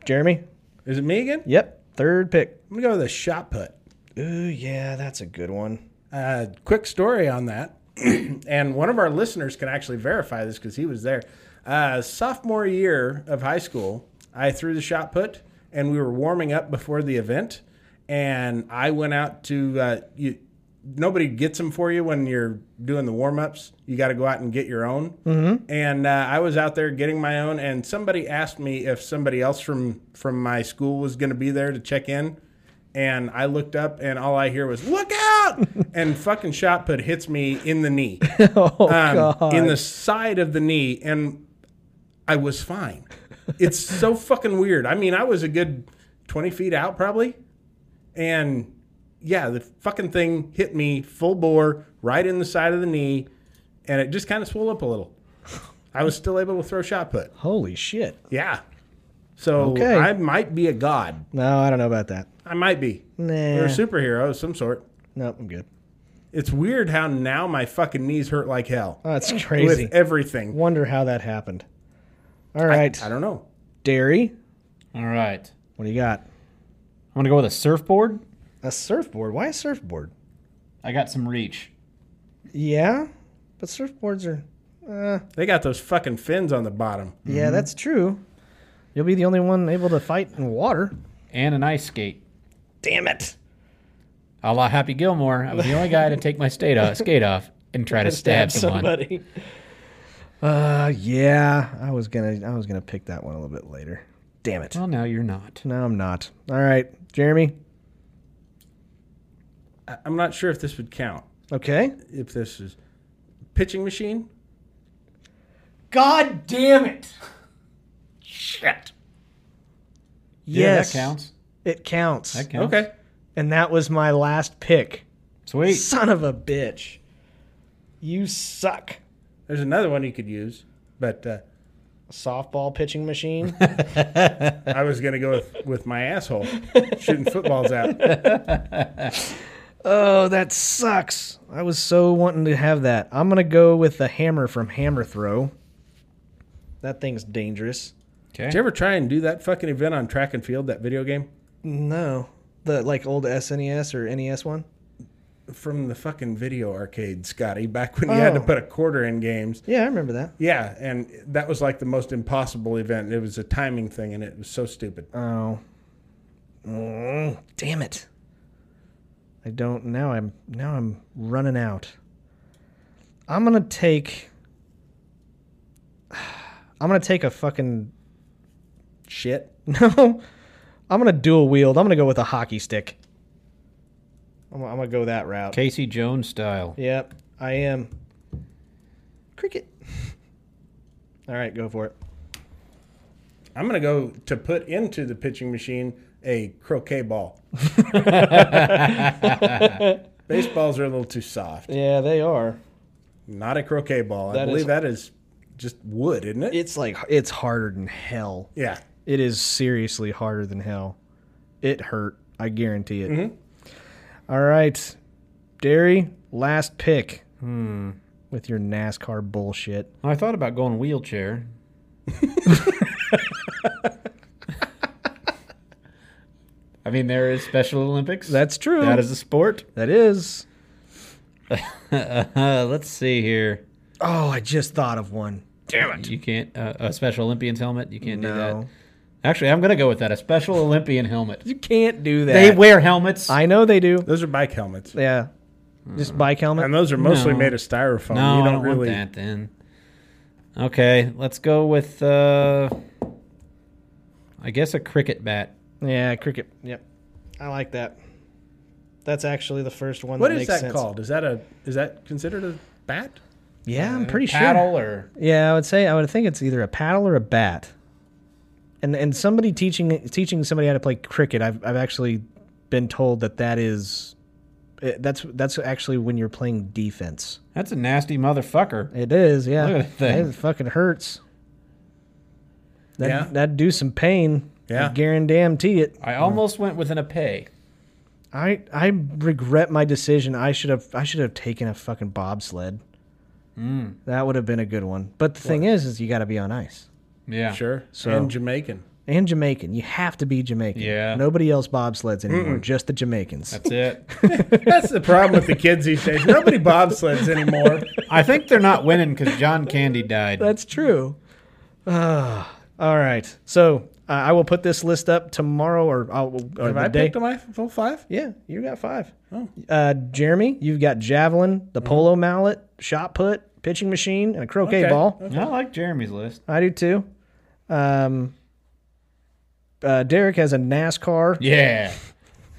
S1: Jeremy?
S2: Is it me again?
S1: Yep. Third pick.
S2: I'm gonna go with a shot put.
S1: Ooh, yeah, that's a good one.
S2: Uh, quick story on that, and one of our listeners can actually verify this because he was there. Uh, sophomore year of high school, I threw the shot put, and we were warming up before the event, and I went out to uh, you. Nobody gets them for you when you're doing the warm ups. You got to go out and get your own. Mm-hmm. And uh, I was out there getting my own, and somebody asked me if somebody else from from my school was going to be there to check in and I looked up, and all I hear was "Look out!" and fucking shot put hits me in the knee,
S1: Oh
S2: um,
S1: god.
S2: in the side of the knee, and I was fine. It's so fucking weird. I mean, I was a good twenty feet out probably, and yeah, the fucking thing hit me full bore right in the side of the knee, and it just kind of swelled up a little. I was still able to throw shot put.
S1: Holy shit.
S2: Yeah. So
S1: Okay.
S2: I might be a god.
S1: No, I don't know about that.
S2: I might be. Or
S1: Nah.
S2: a superhero of some sort.
S1: no, I'm good.
S2: It's weird how now my fucking knees hurt like hell
S1: Oh, That's crazy.
S2: with everything.
S1: Wonder how that happened. All right.
S2: I don't know.
S1: Dairy,
S3: All right.
S1: what do you got?
S3: I'm going to go with a surfboard.
S1: A surfboard. Why a surfboard?
S3: I got some reach.
S1: Yeah, but surfboards are
S2: They got those fucking fins on the bottom.
S1: Yeah,
S3: Mm-hmm.
S1: that's true. You'll be the only one able to fight in water.
S3: and an ice skate.
S1: Damn it.
S3: A la Happy Gilmore, I was the only guy to take my skate off, skate off and try to stab, someone.
S1: Uh yeah, I was going to I was going to pick that one a little bit later. Damn it.
S3: Well, now you're not.
S1: No, I'm not. All right, Jeremy.
S2: I- I'm not sure if this would count.
S1: Okay.
S2: If this is pitching machine,
S3: God damn it! Shit. Yeah, that counts.
S1: It counts.
S3: That counts.
S2: okay.
S1: And that was my last pick.
S3: Sweet.
S1: Son of a bitch. You suck.
S2: There's another one you could use, but uh,
S1: Softball pitching machine.
S2: I was gonna go with, with my asshole shooting footballs out.
S1: oh, that sucks. I was so wanting to have that. I'm going to go with the hammer from Hammer Throw. That thing's dangerous.
S3: Okay.
S2: Did you ever try and do that fucking event on track and field, that video game
S1: No. The like old SNES or NES one?
S2: from the fucking video arcade, Scotty? Back when you had to
S1: Oh.
S2: put a quarter in games.
S1: Yeah, I remember that.
S2: Yeah, and that was like the most impossible event. It was a timing thing, and it was so stupid.
S1: Oh. Mm, damn it. I don't now I'm now I'm running out. I'm going to take I'm going to take a fucking shit. No. I'm going to dual wield. I'm going to go with a hockey stick. I'm, I'm going to go that route.
S3: Casey Jones style.
S1: Yep, I am. Cricket. All right, go for it.
S2: I'm going to go to put into the pitching machine a croquet ball. Baseballs are a little too soft.
S1: Yeah, they are.
S2: Not a croquet ball. I
S1: That is-
S2: believe that is just wood, isn't it?
S1: It's like it's harder than hell.
S2: yeah.
S1: It is seriously harder than hell. It hurt. I guarantee it.
S3: Mm-hmm.
S1: All right, Derry, last pick. Hmm. With your NASCAR bullshit.
S3: I thought about going wheelchair. I mean, there is Special Olympics.
S1: That's true.
S3: that is a sport.
S1: That is.
S3: Uh, let's see here.
S1: Oh, I just thought of one.
S3: Damn it! You can't uh, a Special Olympians helmet. You can't do
S1: No,
S3: that. Actually, I'm gonna go with that. A Special Olympian helmet.
S1: you can't do that.
S3: They wear helmets.
S1: I know they do.
S2: Those are bike helmets.
S1: Yeah.
S3: Hmm.
S1: Just bike helmet.
S2: And those are mostly
S3: No.
S2: made of styrofoam.
S3: no,
S2: you
S3: I
S2: don't,
S3: Oh, don't
S2: really.
S3: want that. Then. Okay, let's go with. Uh, I guess a cricket bat.
S1: Yeah, cricket. Yep. I like that. That's actually the first one
S2: What
S1: that
S2: is
S1: makes
S2: that
S1: sense.
S2: called? Is that a is that considered a bat?
S1: Yeah, I'm pretty
S3: Uh, Paddle or
S1: sure. Yeah, I would say I would think it's either a paddle or a bat. And and somebody teaching teaching somebody how to play cricket, I've I've actually been told that that is eh, that's that's actually when you're playing defense.
S3: That's a nasty motherfucker.
S1: It is, yeah.
S3: Look at that thing.
S1: It fucking hurts. That
S2: Yeah.
S1: that do some pain.
S2: Yeah.
S1: I guarantee it.
S3: I almost went with an ape.
S1: I I regret my decision. I should have I should have taken a fucking bobsled.
S3: Hmm.
S1: That would have been a good one. But the thing is, is you got to be on ice
S3: Yeah.
S2: Sure.
S1: So-
S2: and Jamaican.
S1: and Jamaican. You have to be Jamaican.
S3: Yeah.
S1: Nobody else bobsleds anymore. Just the Jamaicans.
S3: That's it.
S2: That's the problem with the kids these days. Nobody bobsleds anymore.
S3: I think they're not winning because John Candy died.
S1: That's true. Ah, all right. So uh, I will put this list up tomorrow or, I'll, or
S2: Have
S1: the
S2: I
S1: day.
S2: picked Oh. my full five?
S1: Yeah, you got five. Uh, Jeremy, you've got javelin, the polo mallet, shot put, pitching machine, and a croquet
S2: Mm-hmm. Okay.
S1: ball.
S3: I like Jeremy's list.
S1: I do too. Um, uh, Derek has a NASCAR
S3: Yeah.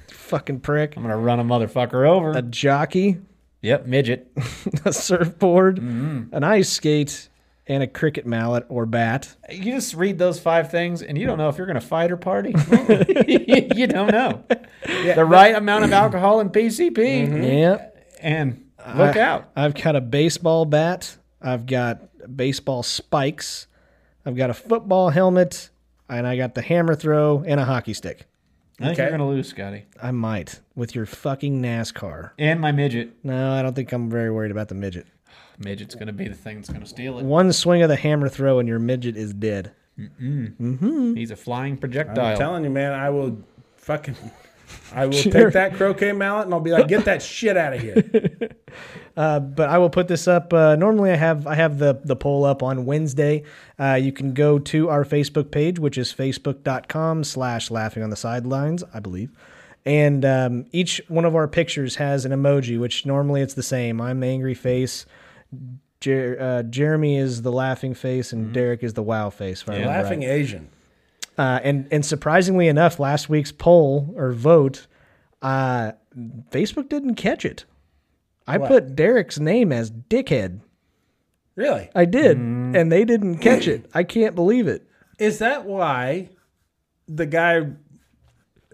S1: fucking prick,
S3: I'm going to run a motherfucker over.
S1: a jockey,
S3: yep, midget.
S1: a surfboard,
S3: Mm-hmm.
S1: an ice skate, and a cricket mallet or bat.
S3: You just read those five things and you don't know if you're going to fight or party. you don't know. the right amount of alcohol and PCP.
S1: Yep.
S3: And
S2: Uh,
S3: look out.
S1: I've got a baseball bat. I've got baseball spikes. I've got a football helmet, and I got the hammer throw and a hockey stick.
S3: I think
S2: Okay.
S3: you're going to lose, Scotty.
S1: I might with your fucking NASCAR.
S3: And my midget.
S1: No, I don't think I'm very worried about the midget.
S3: Midget's going to be the thing that's going to steal it.
S1: One swing of the hammer throw and your midget is dead.
S3: He's a flying
S2: I'm
S3: projectile.
S2: telling you, man, I will fucking I will
S1: Sure.
S2: take that croquet mallet and I'll be like, get that shit out of here.
S1: but I will put this up. Uh, normally, I have I have the the poll up on Wednesday. Uh, you can go to our Facebook page, which is facebook.com slash laughing on the sidelines, I believe. And um, each one of our pictures has an emoji, which normally it's the same. I'm angry face. Jer- uh, Jeremy is the laughing face, and Derek is the wow face. if I remember right.
S2: Laughing Asian.
S1: Uh, and and surprisingly enough, last week's poll or vote, uh, Facebook didn't catch it. I put Derek's name as dickhead.
S2: Really?
S1: I did, and they didn't catch it. I can't believe it.
S2: Is that why the guy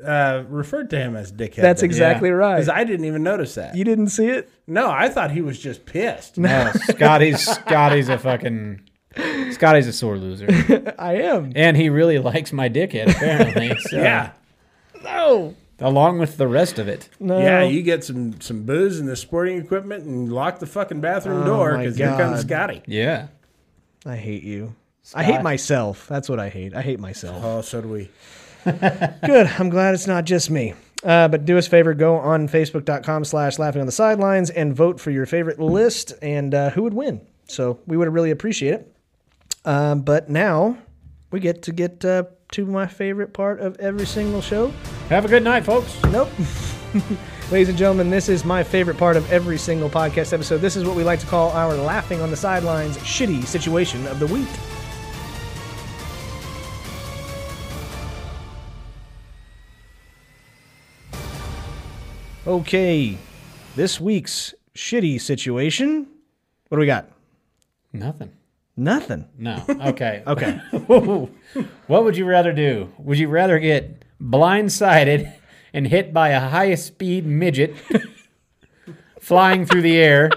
S2: uh, referred to him as dickhead?
S1: That's
S2: then?
S1: exactly right.
S2: 'Cause I didn't even notice that.
S1: you didn't see it.
S2: No, I thought he was just pissed.
S3: No, Scotty's Scotty's a fucking Scotty's a sore loser,
S1: I am.
S3: and he really likes my dickhead apparently. So,
S2: Yeah.
S1: No,
S3: along with the rest of it.
S1: no.
S2: Yeah, you get some some booze and the sporting equipment and lock the fucking bathroom door
S1: Oh my
S2: because here comes
S1: God.
S2: Scotty.
S3: Yeah,
S1: I hate you. I hate myself. That's what I hate. I hate myself.
S2: Oh, so do we.
S1: Good. I'm glad it's not just me. Uh, but do us a favor, go on facebook.com slash laughing on the sidelines and vote for your favorite list and uh, who would win. So we would really appreciate it. uh, Um, but now we get to get uh, to my favorite part of every single show,
S3: Have a good night, folks.
S1: Nope. Ladies and gentlemen, this is my favorite part of every single podcast episode. This is what we like to call our laughing on the sidelines shitty situation of the week. Okay, this week's shitty situation. What do we got?
S3: Nothing.
S1: Nothing.
S3: No. Okay.
S1: Okay.
S3: What would you rather do? Would you rather get blindsided and hit by a high speed midget flying through the air?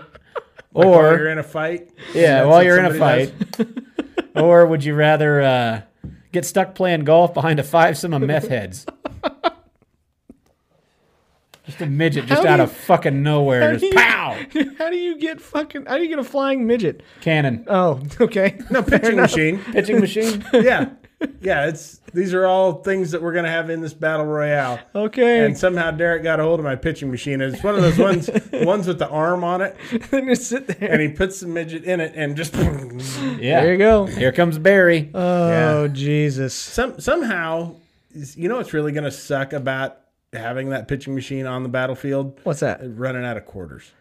S2: Or you're
S3: Or,
S2: in a fight.
S3: yeah,
S2: That's
S3: while
S2: what
S3: you're in a
S2: somebody
S3: fight. or would you rather uh, get stuck playing golf behind a fivesome of meth heads? Just a midget just
S1: How
S3: out
S1: do
S3: of fucking nowhere. Just
S1: do you-
S3: pow!
S1: how do you get fucking? How do you get a flying midget?
S3: Cannon.
S1: Oh, okay.
S2: No pitching machine.
S3: Pitching machine.
S2: Yeah, yeah. It's these are all things that we're gonna have in this battle royale.
S1: Okay.
S2: And somehow Derek got a hold of my pitching machine. It's one of those ones, ones with the arm on it,
S1: Then just sit there.
S2: and he puts the midget in it, and just
S3: Yeah.
S1: There you go.
S3: Here comes Barry.
S1: Oh Jesus.
S2: some somehow, you know, what's really gonna suck about having that pitching machine on the battlefield?
S1: What's that?
S2: Running out of quarters.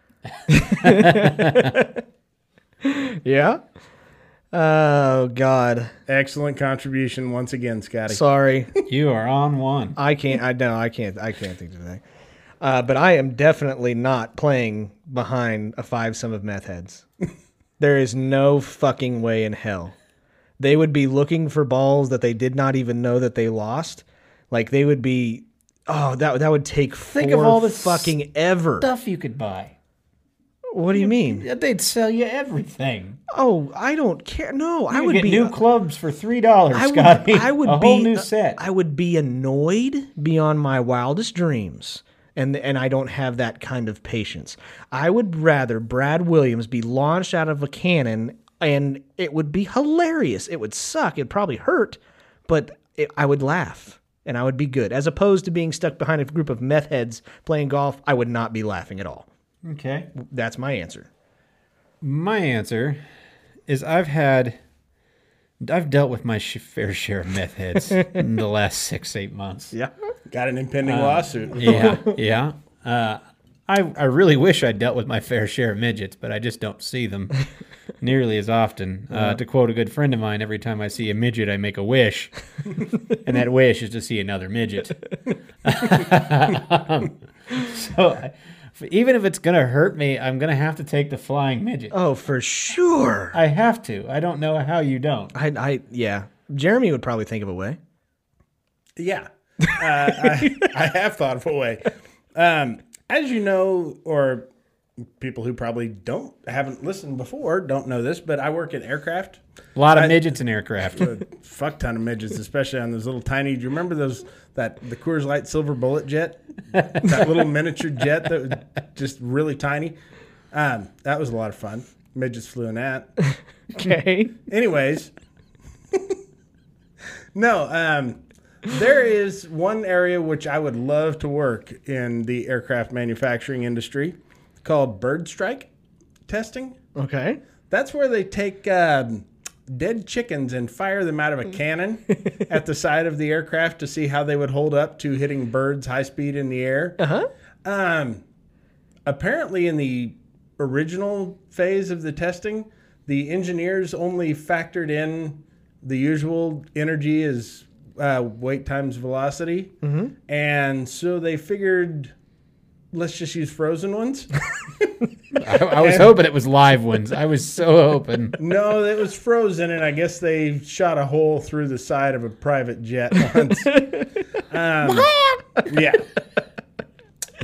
S1: Yeah. Oh God.
S2: Excellent contribution once again, Scotty.
S1: Sorry.
S3: you are on one.
S1: I can't. I no. I can't. I can't think of anything. Uh, but I am definitely not playing behind a five sum of meth heads. there is no fucking way in hell. They would be looking for balls that they did not even know that they lost. Like they would be. Oh, that that would take
S3: of
S1: four
S3: all the
S1: fucking ever.
S3: Stuff you could buy.
S1: What do you mean?
S3: Yeah, They'd sell you everything.
S1: Oh, I don't care. No, I
S3: I
S1: would
S3: would get
S1: be
S3: new clubs for three dollars,
S1: I would,
S3: Scotty.
S1: I would
S3: a
S1: be
S3: whole new set.
S1: I would be annoyed beyond my wildest dreams. And, and I don't have that kind of patience. I would rather Brad Williams be launched out of a cannon, and it would be hilarious. It would suck. It'd probably hurt, but it, I would laugh and I would be good. As opposed to being stuck behind a group of meth heads playing golf, I would not be laughing at all.
S3: okay.
S1: That's my answer.
S3: My answer is I've had, I've dealt with my sh- fair share of meth heads in the last six eight months.
S1: Yeah.
S2: Got an impending lawsuit.
S3: Yeah, yeah. Uh, I I really wish I dealt with my fair share of midgets, but I just don't see them nearly as often. Uh, to quote a good friend of mine, every time I see a midget, I make a wish, and that wish is to see another midget. so. I, even if it's gonna hurt me, I'm gonna have to take the flying midget.
S1: Oh, for sure.
S3: I have to. I don't know how you don't.
S1: I, I yeah. Jeremy would probably think of a way.
S2: Yeah. Uh, I, I have thought of a way. Um, as you know, or people who probably don't haven't listened before don't know this, but I work in aircraft.
S3: A lot of midgets in aircraft.
S2: A fuck ton of midgets, especially on those little tiny. Do you remember those that the Coors Light Silver Bullet jet? That little miniature jet that was just really tiny. Um, that was a lot of fun. Midgets flew in that.
S1: Okay.
S2: Anyways, no, um, there is one area which I would love to work in the aircraft manufacturing industry called bird strike testing.
S1: Okay.
S2: That's where they take um, dead chickens and fire them out of a cannon at the side of the aircraft to see how they would hold up to hitting birds high speed in the air.
S1: Uh-huh.
S2: Um, apparently, in the original phase of the testing, the engineers only factored in the usual energy is uh, weight times velocity, and so they figured, let's just use frozen ones.
S3: I, I was hoping it was live ones. I was so hoping.
S2: no, it was frozen, and I guess they shot a hole through the side of a private jet once. um, yeah.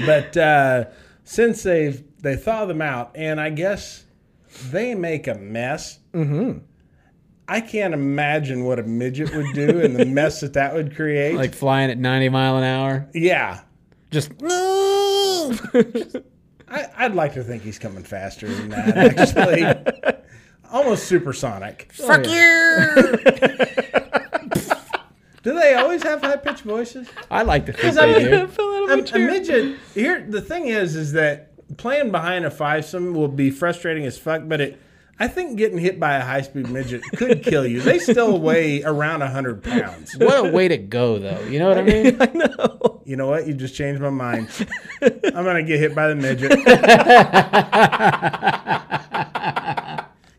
S2: But uh, since they've they thaw them out, and I guess they make a mess. Mm-hmm. I can't imagine what a midget would do and the mess that that would create.
S3: Like flying at 90 mile an hour.
S2: yeah.
S3: Just
S2: I, I'd like to think he's coming faster than that, actually. Almost supersonic.
S1: Fuck you.
S2: Do they always have high pitched voices?
S3: I like to think they do.
S2: a, a midget. Here, the thing is, is that playing behind a fivesome will be frustrating as fuck, but it. I think getting hit by a high speed midget could kill you. They still weigh around 100 pounds.
S3: What a way to go, though. You know what I mean?
S1: I know.
S2: You know what? You just changed my mind. I'm going to get hit by the midget.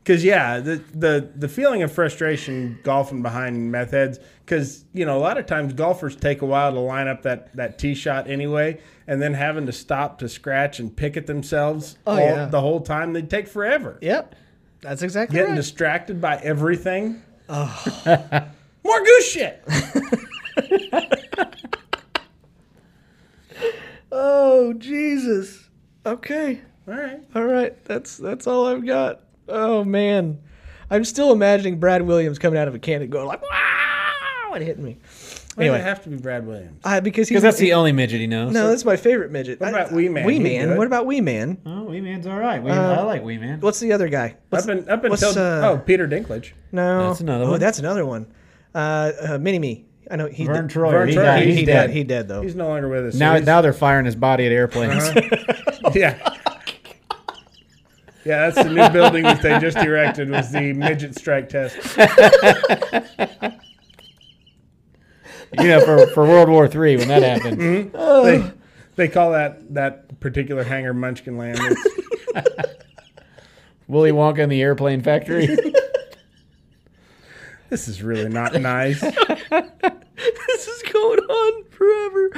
S2: Because, yeah, the, the, the feeling of frustration golfing behind meth heads, because, you know, a lot of times golfers take a while to line up that, that tee shot anyway, and then having to stop to scratch and pick at themselves all,
S1: yeah.
S2: the whole time, they take forever.
S1: Yep. That's exactly
S2: Getting
S1: right.
S2: distracted by everything. More goose shit.
S1: oh Jesus. Okay.
S2: All right.
S1: All right. That's that's all I've got. Oh man. I'm still imagining Brad Williams coming out of a cannon going like wow and hitting me.
S2: Why anyway,
S1: Anyway.
S2: does it have to be Brad Williams.
S1: I, because he's
S3: Because that's the only midget he knows.
S1: No, that's my favorite midget. What
S2: about Wee Man?
S1: Wee
S2: He'd do
S1: Man.
S2: it.
S1: What about Wee Man?
S3: Oh, Wee Man's all right. Wee, I like Wee Man.
S1: What's the other guy? What's,
S2: Up, in, up
S1: what's,
S2: until
S1: uh,
S2: oh Peter Dinklage.
S1: no,
S3: That's another
S1: Oh,
S3: one.
S1: that's another one. Uh, uh, Mini Me. I know he.
S3: Vern
S1: di-
S3: Troyer.
S2: Vern
S3: he
S2: Troyer,
S3: died.
S1: He,
S3: He's,
S1: he
S3: dead.
S1: dead. He dead though.
S2: He's no longer with us. so
S3: now,
S2: he's-
S3: now they're firing his body at airplanes.
S2: yeah, yeah. That's the new building that they just erected was the midget strike test.
S3: you know, for, for World War Three when that happened.
S1: Oh.
S2: They, they call that that particular hangar Munchkin Land. It's-
S3: Willy Wonka in the airplane factory.
S2: this is really not nice.
S1: this is going on forever.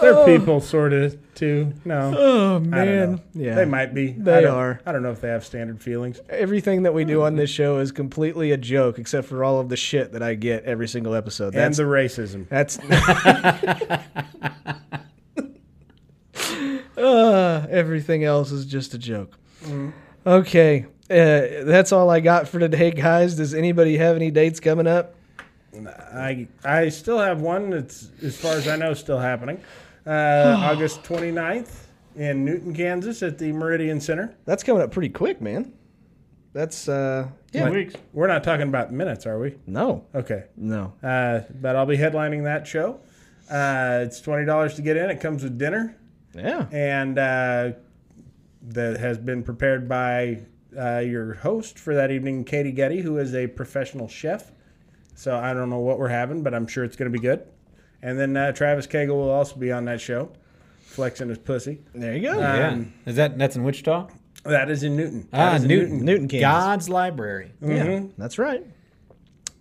S2: They're people sort of too. No,
S1: Oh
S2: I don't know.
S1: man. Yeah.
S2: they might be. I
S1: They
S2: don't-
S1: are.
S2: I don't know if they have standard feelings.
S1: Everything that we do on this show is completely a joke, except for all of the shit that I get every single episode.
S2: And
S1: That's
S2: the racism.
S1: that's. uh, everything else is just a joke. Okay, uh, that's all I got for today, guys. Does anybody have any dates coming up?
S2: I I still have one that's as far as I know still happening. Uh, August 29th in Newton, Kansas at the Meridian Center.
S1: That's coming up pretty quick, man. That's uh, yeah.
S3: weeks.
S2: We're not talking about minutes, are we?
S1: No,
S2: Okay.
S1: no.
S2: Uh, but I'll be headlining that show. Uh, it's $20 to get in. It comes with dinner
S1: Yeah.
S2: and uh, that has been prepared by uh, your host for that evening, Katie Getty, who is a professional chef. So I don't know what we're having, but I'm sure it's going to be good. And then uh, Travis Cagle will also be on that show, flexing his pussy.
S1: There you go. Uh,
S3: Yeah.
S2: Um,
S3: Is that that's in Wichita?
S2: That is in Newton. That
S3: Ah,
S2: is in Mm-hmm.
S3: Newton.
S1: Newton, Kansas.
S3: God's Library.
S1: Yeah, that's right.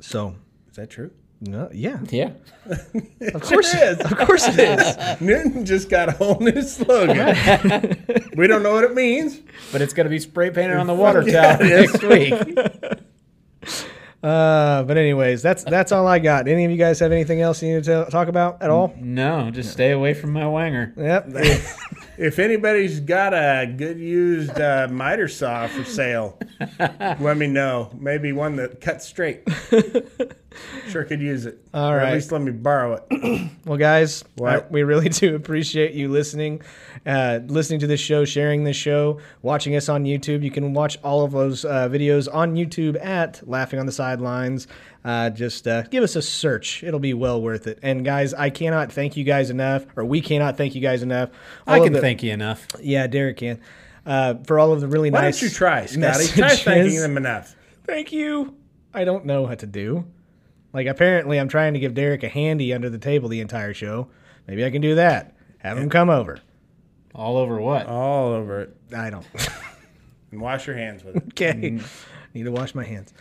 S1: So,
S2: Is that true?
S1: no, yeah.
S3: Yeah.
S1: Of course
S2: Sure is.
S1: Of course it is.
S2: Newton just got a whole new slogan. we don't know what it means.
S3: But it's going to be spray painted on the water tower
S2: it is.
S3: next week.
S1: Uh, but anyways, that's that's all I got. Any of you guys have anything else you need to tell- talk about at all?
S3: No, just stay away from my wanger.
S1: Yep.
S2: If anybody's got a good used uh, miter saw for sale, let me know. Maybe one that cuts straight. Sure could use it.
S1: All
S2: Or
S1: right.
S2: at least let me borrow it.
S1: Well, guys, I,
S2: What?
S1: we really do appreciate you listening, uh, listening to this show, sharing this show, watching us on YouTube. You can watch all of those uh, videos on YouTube at Laughing on the Sidelines. Uh, just uh, give us a search; it'll be well worth it. And guys, I cannot thank you guys enough, or we cannot thank you guys enough.
S3: I
S1: All of
S3: can
S1: the-
S3: thank you enough.
S1: Yeah, Derek can. Uh, for all of the really
S2: Why
S1: nice.
S2: don't you try, Scotty? Try
S1: messages.
S2: thanking them enough.
S1: Thank you. I don't know what to do. Like apparently, I'm trying to give Derek a handy under the table the entire show. Maybe I can do that. Have him come over.
S3: All over what?
S1: Uh,
S2: All over it.
S1: I don't.
S2: And wash your hands with it.
S1: okay. Need to wash my hands.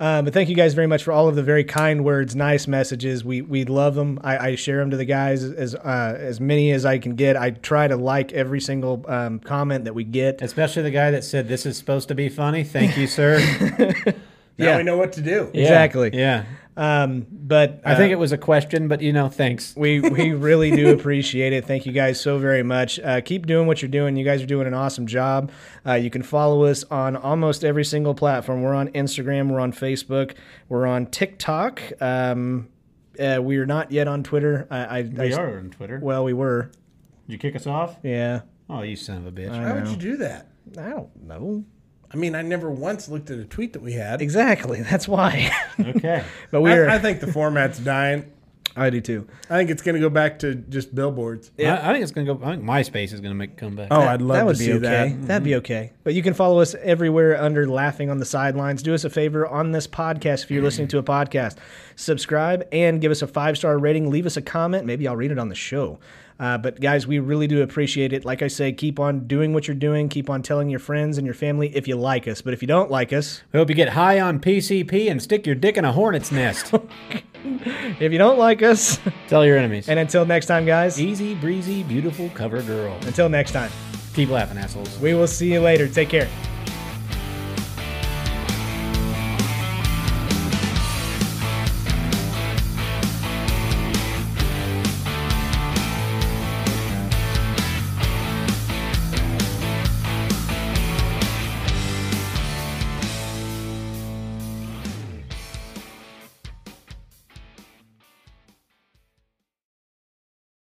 S1: Uh, but thank you guys very much for all of the very kind words, nice messages. We we love them. I, I share them to the guys as uh, as many as I can get. I try to like every single um, comment that we get.
S3: Especially the guy that said this is supposed to be funny. Thank you, sir.
S2: Now
S1: Yeah.
S2: we know what to do.
S3: Yeah.
S1: Exactly.
S3: Yeah.
S1: Um, but
S3: I think it was a question, but you know, thanks.
S1: we we really do appreciate it. Thank you guys so very much. Uh, keep doing what you're doing. You guys are doing an awesome job. Uh, you can follow us on almost every single platform. We're on Instagram. We're on Facebook. We're on TikTok. Um, uh, we are not yet on Twitter. I, I,
S3: We
S1: I-
S3: are on Twitter.
S1: Well, we were.
S3: you kick us off?
S1: Yeah.
S3: Oh, you son of a
S1: Uh,
S3: bitch.
S2: Why would you do that?
S1: I don't know
S2: I mean, I never once looked at a tweet that we had.
S1: exactly. That's why.
S3: okay.
S1: but we
S2: I,
S1: are.
S2: I think the format's dying.
S1: I do too.
S2: I think it's going to go back to just billboards.
S3: I, I think it's gonna go. I think MySpace is gonna make a comeback.
S2: Oh, I'd love
S1: that would
S2: to
S1: be
S2: see
S1: okay.
S2: that. Mm-hmm.
S1: That'd be okay. But you can follow us everywhere under Laughing on the Sidelines. Do us a favor on this podcast if you're listening to a podcast. Subscribe and give us a five star rating. Leave us a comment. Maybe I'll read it on the show. Uh, but guys, we really do appreciate it. Like I say, keep on doing what you're doing. Keep on telling your friends and your family if you like us. But if you don't like us,
S3: We hope you get high on PCP and stick your dick in a hornet's nest.
S1: if you don't like us,
S3: Tell your enemies.
S1: and until next time, guys.
S3: Easy breezy, beautiful cover girl.
S1: Until next time,
S3: Keep laughing, assholes.
S1: we will see you later. Take care.